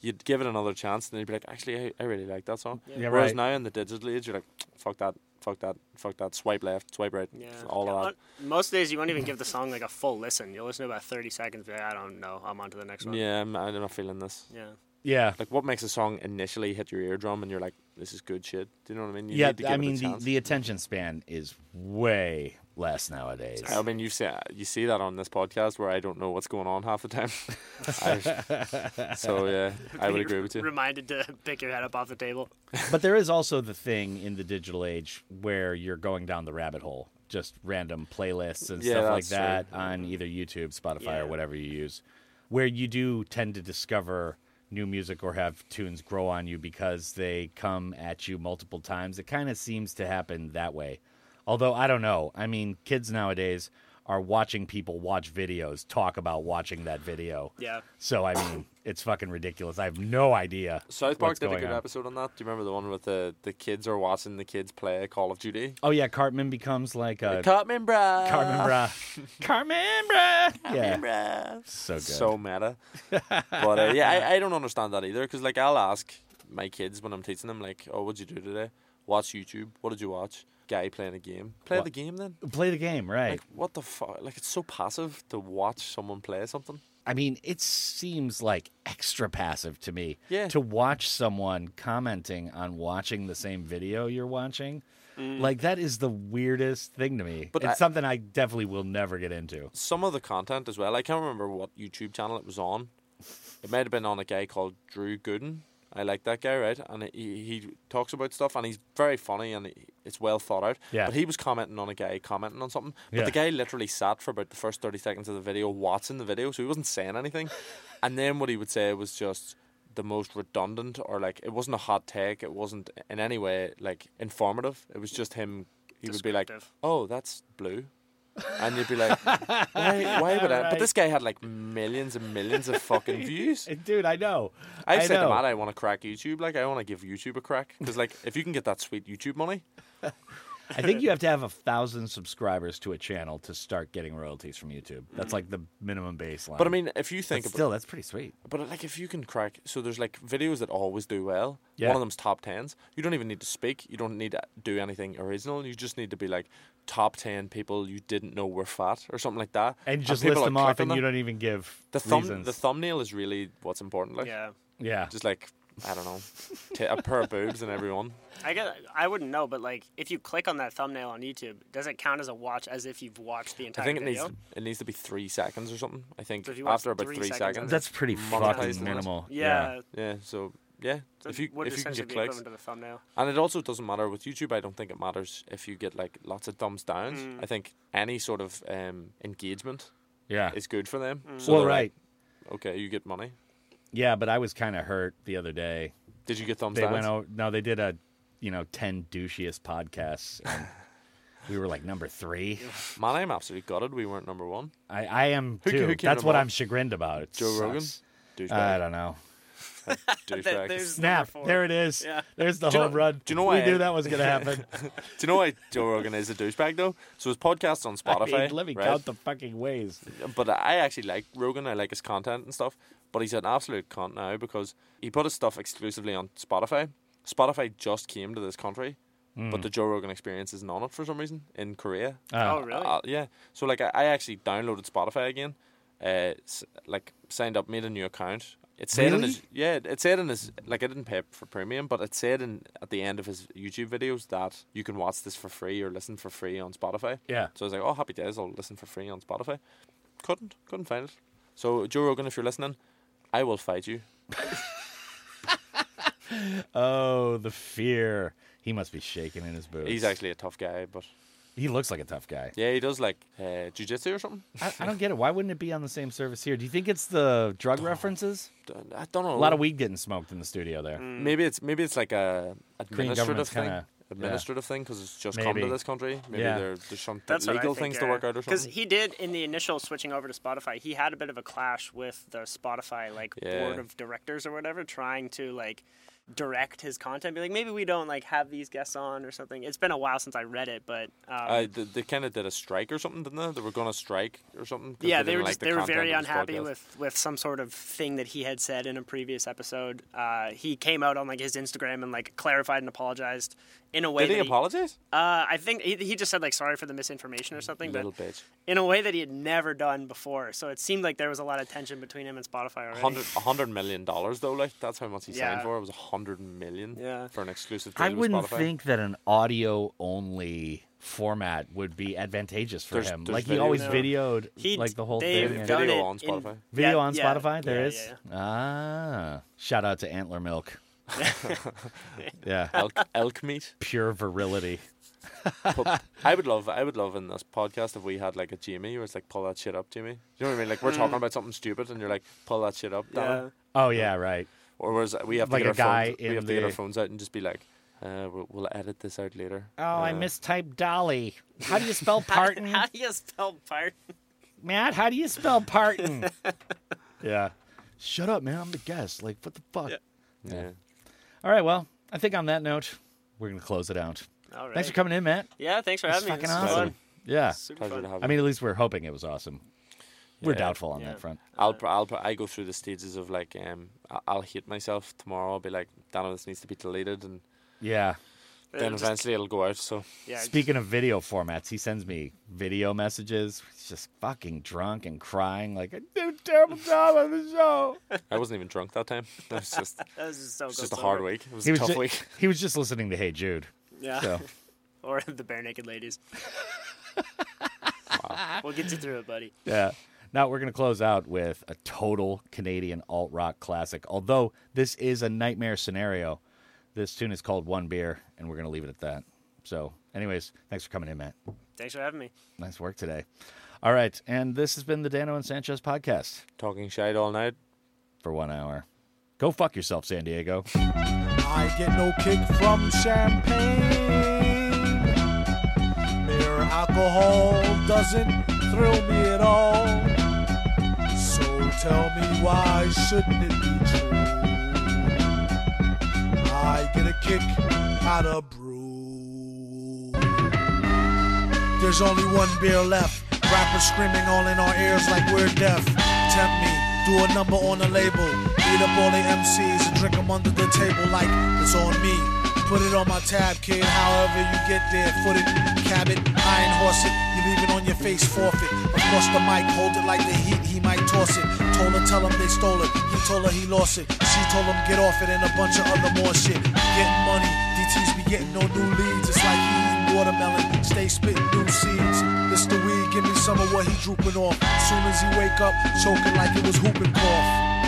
Speaker 3: you'd give it another chance and then you'd be like, actually, I, I really like that song.
Speaker 4: Yeah,
Speaker 3: Whereas
Speaker 4: right.
Speaker 3: now in the digital age, you're like, fuck that, fuck that, fuck that, swipe left, swipe right,
Speaker 8: yeah.
Speaker 3: all of that.
Speaker 8: Uh, Most days you won't even give the song like a full listen. You'll listen to about 30 seconds. But I don't know. I'm on to the next one.
Speaker 3: Yeah, I'm, I'm not feeling this.
Speaker 8: Yeah.
Speaker 4: Yeah.
Speaker 3: Like, what makes a song initially hit your eardrum and you're like, this is good shit? Do you know what I mean? You
Speaker 4: yeah,
Speaker 3: need to
Speaker 4: I
Speaker 3: give
Speaker 4: mean
Speaker 3: it a
Speaker 4: the,
Speaker 3: chance.
Speaker 4: the attention span is way less nowadays.
Speaker 3: I mean, you see, you see that on this podcast where I don't know what's going on half the time. I- so yeah, I would
Speaker 8: You're
Speaker 3: agree with you.
Speaker 8: Reminded to pick your head up off the table.
Speaker 4: But there is also the thing in the digital age where you're going down the rabbit hole, just random playlists and
Speaker 3: Yeah,
Speaker 4: stuff like
Speaker 3: that's true.
Speaker 4: that on either YouTube, Spotify,
Speaker 8: Yeah.
Speaker 4: or whatever you use, where you do tend to discover new music or have tunes grow on you because they come at you multiple times. It kind of seems to happen that way. Although I don't know. I mean, kids nowadays are watching people watch videos, talk about watching that video.
Speaker 8: Yeah.
Speaker 4: So I mean, it's fucking ridiculous. I have no idea.
Speaker 3: South Park
Speaker 4: what's
Speaker 3: did a
Speaker 4: going
Speaker 3: good
Speaker 4: on.
Speaker 3: episode on that. Do you remember the one with the the kids are watching the kids play Call of Duty?
Speaker 4: Oh yeah, Cartman becomes like a
Speaker 3: Cartman, bruh.
Speaker 4: Carmen Bra. Carmen Bra. Yeah,
Speaker 3: bruh.
Speaker 4: so good.
Speaker 3: so meta. but uh, yeah, I, I don't understand that either because like I'll ask my kids when I'm teaching them like, oh, what'd you do today? Watch YouTube. What did you watch? Guy playing a game. Play
Speaker 4: What?
Speaker 3: the game then.
Speaker 4: play the game, right?
Speaker 3: Like what the fuck? Like it's so passive to watch someone play something.
Speaker 4: I mean, it seems like extra passive to me.
Speaker 3: Yeah.
Speaker 4: To watch someone commenting on watching the same video you're watching, like that is the weirdest thing to me.
Speaker 3: Mm. But
Speaker 4: it's
Speaker 3: I-
Speaker 4: something I definitely will never get into.
Speaker 3: Some of the content as well. I can't remember what YouTube channel it was on. It might have been on a guy called Drew Gooden. I like that guy, right? And he he talks about stuff, and he's very funny, and he- it's well thought out.
Speaker 4: Yeah.
Speaker 3: But he was commenting on a guy commenting on something, but
Speaker 4: Yeah.
Speaker 3: the guy literally sat for about the first thirty seconds of the video watching the video, so he wasn't saying anything. and then what he would say was just the most redundant, or like it wasn't a hot take, it wasn't in any way like informative. It was just him. He would be like,
Speaker 8: Descriptive.
Speaker 3: "Oh, that's blue." And you'd be like, why, why would I? But
Speaker 4: Right.
Speaker 3: this guy had like millions and millions of fucking views.
Speaker 4: Dude, I know.
Speaker 3: I've
Speaker 4: I
Speaker 3: said to
Speaker 4: know.
Speaker 3: Matt, I want to crack YouTube. Like, I want to give YouTube a crack. Because, like, if you can get that sweet YouTube money,
Speaker 4: I think you have to have a thousand subscribers to a channel to start getting royalties from YouTube. That's like the minimum baseline.
Speaker 3: Mm. but I mean, if you
Speaker 4: But
Speaker 3: think, about,
Speaker 4: still, that's pretty sweet.
Speaker 3: but like, if you can crack, so there's like videos that always do well.
Speaker 4: Yeah.
Speaker 3: One of them's top tens. You don't even need to speak. You don't need to do anything original. You just need to be like top ten people you didn't know were fat or something like that.
Speaker 4: And just
Speaker 3: people
Speaker 4: list
Speaker 3: are
Speaker 4: them off,
Speaker 3: clicking
Speaker 4: and you
Speaker 3: them.
Speaker 4: don't even give
Speaker 3: the thumb
Speaker 4: reasons.
Speaker 3: the thumbnail is really what's important. Like,
Speaker 8: Yeah.
Speaker 4: yeah.
Speaker 3: just like I don't know, t- a pair of boobs and everyone.
Speaker 8: I guess I wouldn't know, but like if you click on that thumbnail on YouTube, does it count as a watch as if you've watched the entire
Speaker 3: I think it
Speaker 8: video?
Speaker 3: needs it needs to be three seconds or something. I think
Speaker 8: So if you watch
Speaker 3: after about
Speaker 8: three
Speaker 3: three,
Speaker 8: seconds,
Speaker 3: seconds,
Speaker 4: That's pretty
Speaker 3: Monetized
Speaker 4: fucking
Speaker 3: is nice.
Speaker 4: minimal.
Speaker 8: yeah.
Speaker 3: yeah. So yeah,
Speaker 8: So
Speaker 3: if you
Speaker 8: would
Speaker 3: if you can
Speaker 8: essentially
Speaker 3: get
Speaker 8: be
Speaker 3: clicks,
Speaker 8: equivalent to the thumbnail.
Speaker 3: and it also doesn't matter with YouTube. I don't think it matters if you get like lots of thumbs downs.
Speaker 8: Mm.
Speaker 3: I think any sort of um, engagement
Speaker 4: Yeah.
Speaker 3: is good for them.
Speaker 8: Mm.
Speaker 3: So
Speaker 4: well,
Speaker 3: they're
Speaker 4: right.
Speaker 3: like, okay, you get money.
Speaker 4: Yeah, but I was kind of hurt the other day.
Speaker 3: Did you get thumbs
Speaker 4: They
Speaker 3: downs?
Speaker 4: went over. No, they did a, you know, ten douchiest podcasts, and we were like number three.
Speaker 3: Man, I'm absolutely gutted. We weren't number one.
Speaker 4: I, I am
Speaker 3: Who-
Speaker 4: too.
Speaker 3: who came
Speaker 4: That's what
Speaker 3: above?
Speaker 4: I'm chagrined about. It
Speaker 3: Joe Rogan?
Speaker 4: sucks. I
Speaker 3: Douchebag.
Speaker 4: don't know.
Speaker 3: douchebag.
Speaker 8: there's- Number
Speaker 4: Snap!
Speaker 8: four.
Speaker 4: There it is.
Speaker 8: Yeah.
Speaker 4: There's the
Speaker 3: Do you
Speaker 4: home
Speaker 3: know-
Speaker 4: run.
Speaker 3: do you know
Speaker 4: we
Speaker 3: why I-
Speaker 4: knew that was gonna happen?
Speaker 3: Do you know why Joe Rogan is a douchebag though? So his podcast on
Speaker 4: I
Speaker 3: Spotify.
Speaker 4: mean, let me
Speaker 3: right?
Speaker 4: count the fucking ways.
Speaker 3: but I actually like Rogan. I like his content and stuff. But he's an absolute cunt now because he put his stuff exclusively on Spotify. Spotify just came to this country,
Speaker 4: Hmm.
Speaker 3: but the Joe Rogan Experience isn't on it for some reason in Korea.
Speaker 4: Ah,
Speaker 8: Oh, really?
Speaker 3: Uh, yeah. So like, I, I actually downloaded Spotify again. Uh, s- like signed up, made a new account. It said in
Speaker 4: Really?
Speaker 3: his yeah, it said in his like I didn't pay for premium, but it said in at the end of his YouTube videos that you can watch this for free or listen for free on Spotify.
Speaker 4: Yeah.
Speaker 3: So I was like, oh, happy days, I'll listen for free on Spotify. Couldn't, couldn't find it. So Joe Rogan, if you're listening, I will fight you.
Speaker 4: Oh, the fear. He must be shaking in his boots.
Speaker 3: He's actually a tough guy, but
Speaker 4: He looks like a tough guy.
Speaker 3: Yeah, he does like uh, jujitsu or something.
Speaker 4: I, I don't get it. Why wouldn't it be on the same service here? Do you think it's the drug references?
Speaker 3: Don't- I don't know.
Speaker 4: A lot of weed getting smoked in the studio there.
Speaker 8: Mm.
Speaker 3: Maybe it's maybe it's like a administrative
Speaker 4: government's
Speaker 3: thing.
Speaker 4: kinda-
Speaker 3: administrative thing 'cause thing because it's just come to
Speaker 4: Maybe.
Speaker 3: this country. Maybe
Speaker 4: Yeah.
Speaker 3: there, there's some
Speaker 8: That's what I
Speaker 3: legal
Speaker 8: think,
Speaker 3: things to work out or
Speaker 8: Because
Speaker 3: something.
Speaker 8: he did in the initial switching over to Spotify, he had a bit of a clash with the Spotify like
Speaker 3: Yeah.
Speaker 8: board of directors or whatever, trying to like direct his content. Be like, maybe we don't like have these guests on or something. It's been a while since I read it, but um,
Speaker 3: Uh, they they kind of did a strike or something, didn't they? They were going to strike or something. 'cause
Speaker 8: yeah,
Speaker 3: they,
Speaker 8: they were
Speaker 3: didn't
Speaker 8: just,
Speaker 3: like the
Speaker 8: they were
Speaker 3: content
Speaker 8: very
Speaker 3: of this
Speaker 8: unhappy
Speaker 3: podcast.
Speaker 8: with with some sort of thing that he had said in a previous episode. Uh, he came out on like his Instagram and like clarified and apologized in a way.
Speaker 3: Did he
Speaker 8: that
Speaker 3: apologize?
Speaker 8: Uh, I think he, he just said like sorry for the misinformation or something, but
Speaker 3: Little bitch.
Speaker 8: in a way that he had never done before. So it seemed like there was a lot of tension between him and Spotify already.
Speaker 3: Hundred, a hundred million dollars though, like that's how much he signed
Speaker 8: Yeah.
Speaker 3: for. It was a hundred million
Speaker 8: Yeah.
Speaker 3: for an exclusive. Deal
Speaker 4: I wouldn't
Speaker 3: with Spotify.
Speaker 4: think that an audio only format would be advantageous for
Speaker 3: There's-
Speaker 4: him.
Speaker 3: there's
Speaker 4: like he
Speaker 3: video.
Speaker 4: always
Speaker 3: No.
Speaker 4: videoed
Speaker 8: He
Speaker 4: like the whole
Speaker 8: they've
Speaker 4: thing. and-
Speaker 8: done
Speaker 3: Video
Speaker 8: it
Speaker 3: on
Speaker 8: in-
Speaker 3: Spotify.
Speaker 4: Video
Speaker 8: yeah,
Speaker 4: on
Speaker 8: yeah,
Speaker 4: Spotify. There
Speaker 8: yeah,
Speaker 4: is.
Speaker 8: yeah.
Speaker 4: Ah, shout out to Antler Milk. yeah,
Speaker 3: elk, elk meat.
Speaker 4: pure virility.
Speaker 3: Pu- I would love, I would love in this podcast if we had like a Jimmy where it's like pull that shit up, Jimmy. Do you know what I mean? Like we're talking about something stupid and you're like pull that shit up, Dana.
Speaker 8: Mm. Yeah.
Speaker 4: Oh yeah, right.
Speaker 3: Or whereas we have to
Speaker 4: Like
Speaker 3: get
Speaker 4: a
Speaker 3: our
Speaker 4: guy
Speaker 3: phones, we
Speaker 4: in
Speaker 3: have to get our
Speaker 4: the-
Speaker 3: phones out and just be like, uh, we'll, we'll edit this out later.
Speaker 4: Oh, I mistyped Dolly. How do you spell Parton?
Speaker 8: How do you spell part?
Speaker 4: Matt, how do you spell Parton? yeah. Shut up, man. I'm the guest. Like, what the fuck?
Speaker 3: Yeah.
Speaker 4: All right, well, I think on that note, we're going to close it out.
Speaker 8: All right.
Speaker 4: Thanks for coming in, Matt.
Speaker 8: Yeah, thanks for
Speaker 4: That's
Speaker 8: having me.
Speaker 4: fucking
Speaker 8: This was
Speaker 4: awesome.
Speaker 8: fun.
Speaker 4: Yeah.
Speaker 8: Super
Speaker 3: Pleasure
Speaker 8: fun.
Speaker 3: to have
Speaker 4: I
Speaker 3: you.
Speaker 4: mean, at least we're hoping it was awesome. We're
Speaker 3: Yeah.
Speaker 4: doubtful on
Speaker 8: Yeah.
Speaker 4: that front.
Speaker 3: I'll, pr- I'll, pr- I go through the stages of like, um, I- I'll hate myself tomorrow. I'll be like, Dana, this needs to be deleted, and
Speaker 4: Yeah.
Speaker 8: It'll
Speaker 3: then
Speaker 8: just-
Speaker 3: eventually it'll go out. So
Speaker 8: yeah,
Speaker 4: Speaking of video formats, he sends me video messages. He's just fucking drunk and crying, like, I do a terrible job on the show.
Speaker 3: I wasn't even drunk that time. It was just, it
Speaker 8: that was just so
Speaker 3: was
Speaker 8: cool.
Speaker 3: just a
Speaker 8: So
Speaker 3: hard
Speaker 8: good.
Speaker 3: week. It was
Speaker 4: He
Speaker 3: a
Speaker 4: was,
Speaker 3: tough
Speaker 4: ju-
Speaker 3: week.
Speaker 4: he was just listening to Hey Jude.
Speaker 8: Yeah.
Speaker 4: So,
Speaker 8: or the bare naked ladies. We'll get you through it, buddy.
Speaker 4: yeah. Now we're going to close out with a total Canadian alt rock classic. Although this is a nightmare scenario, this tune is called One Beer, and we're going to leave it at that. So, anyways, thanks for coming in, Matt.
Speaker 8: Thanks for having me.
Speaker 4: Nice work today. All right. And this has been the Dano and Sanchez podcast
Speaker 3: Talking shite all night.
Speaker 4: for one hour. Go fuck yourself, San Diego.
Speaker 10: I get no kick from champagne. Mere alcohol doesn't thrill me at all. So tell me why shouldn't it be true? I get a kick out of brew. There's only one beer left. Rappers screaming all in our ears like we're deaf. Tempt me, do a number on the label. Beat up all the MCs and drink them under the table like it's on me. Put it on my tab, kid. However you get there, foot it, cab it, iron horse it. You leave it on your face, forfeit. Across the mic, hold it like the heat, he might toss it. Told her, tell him they stole it. He told her he lost it. She told him get off it and a bunch of other more shit. Getting money, DT's be getting no new leads. It's like he eating watermelon, stay spitting new seeds. This the weed, give me some of what he drooping off. Soon as he wake up, choking like it was whooping cough.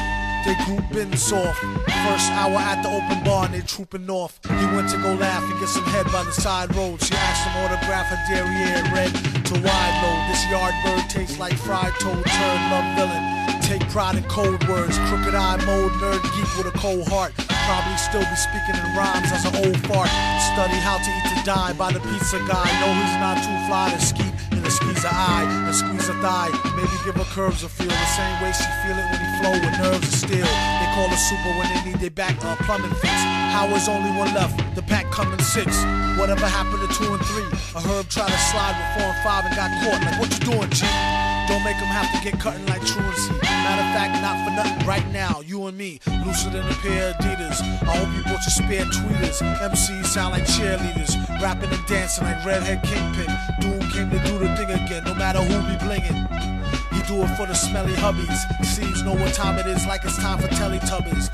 Speaker 10: They grouping soft. First hour at the open bar and they trooping off. He went to go laugh and get some head by the side road. She asked him autograph her derriere red to wide load. This yard bird tastes like fried toad, turd, love villain. Take pride in cold words. Crooked eye mode, nerd geek with a cold heart. Probably still be speaking in rhymes as an old fart. Study how to eat to die by the pizza guy. No, he's not too fly to ski in a squeeze a eye, and squeeze a thigh. Maybe give her curves a feel the same way she feel it when he flow with nerves of steel. They call her super when they need their back uh, plumbing fix. Howard's only one left, the pack coming six. Whatever happened to two and three? A herb tried to slide with four and five and got caught. Like what you doing, G? Don't make them have to get cutting like truancy. Matter of fact, not for nothing. Right now, you and me, looser than a pair of Adidas. I hope you bought your spare tweeters. MCs sound like cheerleaders, rapping and dancing like redhead kingpin. Dude came to do the thing again, no matter who be blingin'. He do it for the smelly hubbies. Sees know what time it is, like it's time for Teletubbies.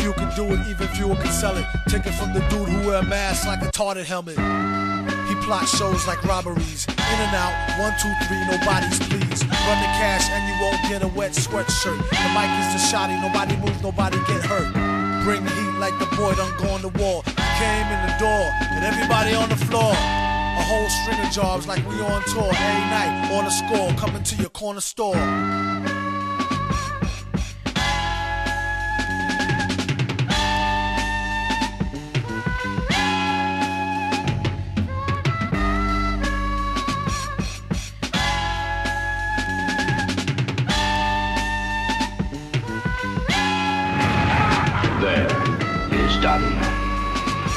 Speaker 10: Few can do it, even fewer can sell it. Take it from the dude who wear a mask like a tarted helmet. He plot shows like robberies. In and out, one, two, three, nobody's please. Run the cash and you won't get a wet sweatshirt. The mic is the shotty, nobody move, nobody get hurt. Bring the heat like the boy done gone to war. He came in the door and everybody on the floor. A whole string of jobs like we on tour every night on a score, coming to your corner store.
Speaker 9: There. It is done.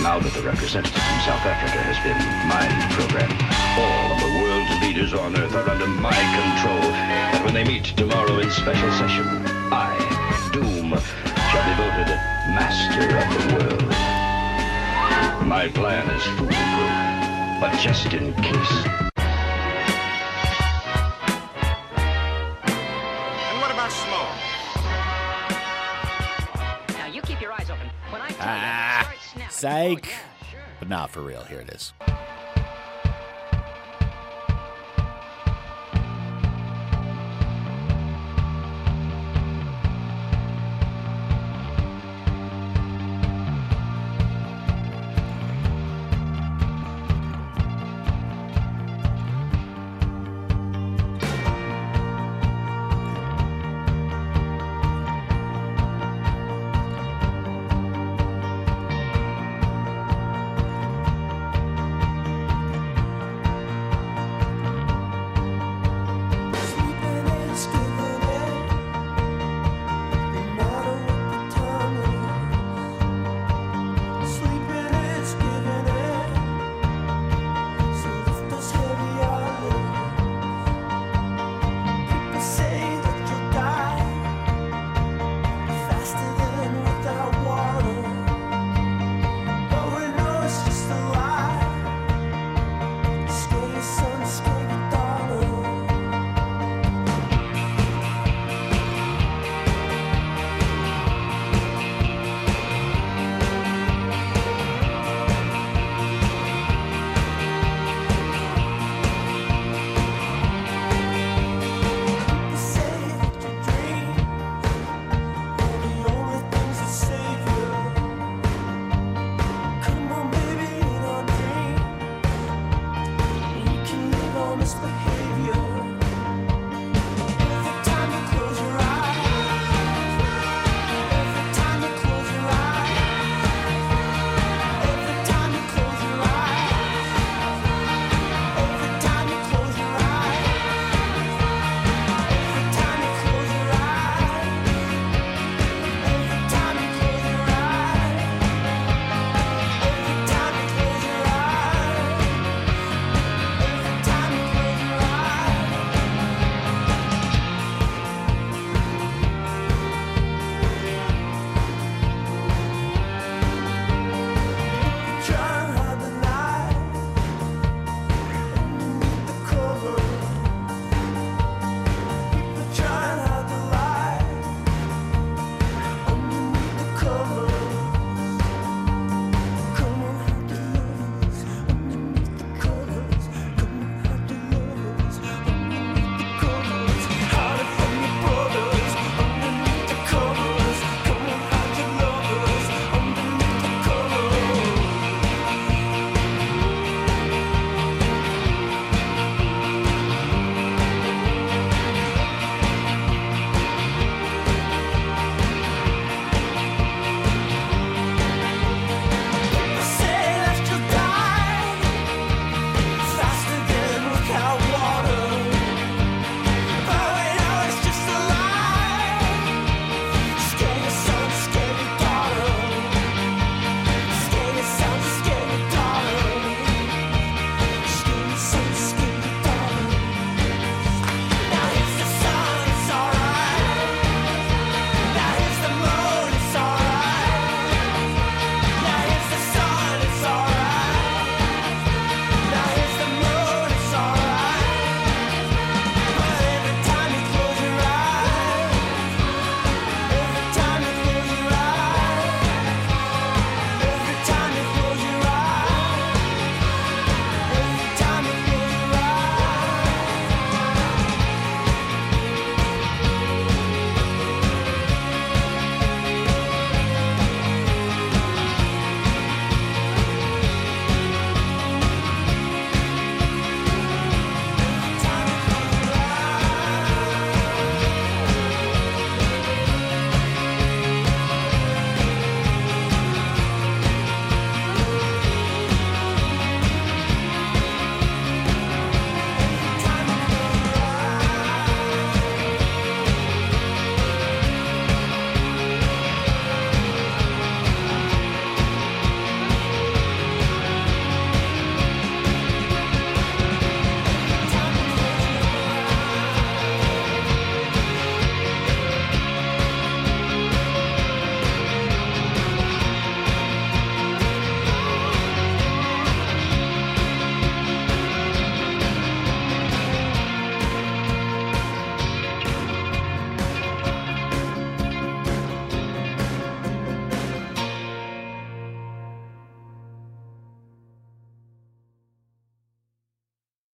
Speaker 9: Now that the representative from South Africa has been mind programmed, all of the world's leaders on Earth are under my control. And when they meet tomorrow in special session, I, Doom, shall be voted master of the world. My plan is foolproof, but just in case.
Speaker 2: And what about Smoke?
Speaker 5: Now you keep your eyes open. When I tell you,
Speaker 4: Ah,
Speaker 5: start snapping.
Speaker 4: psych. But not for real. Here it is.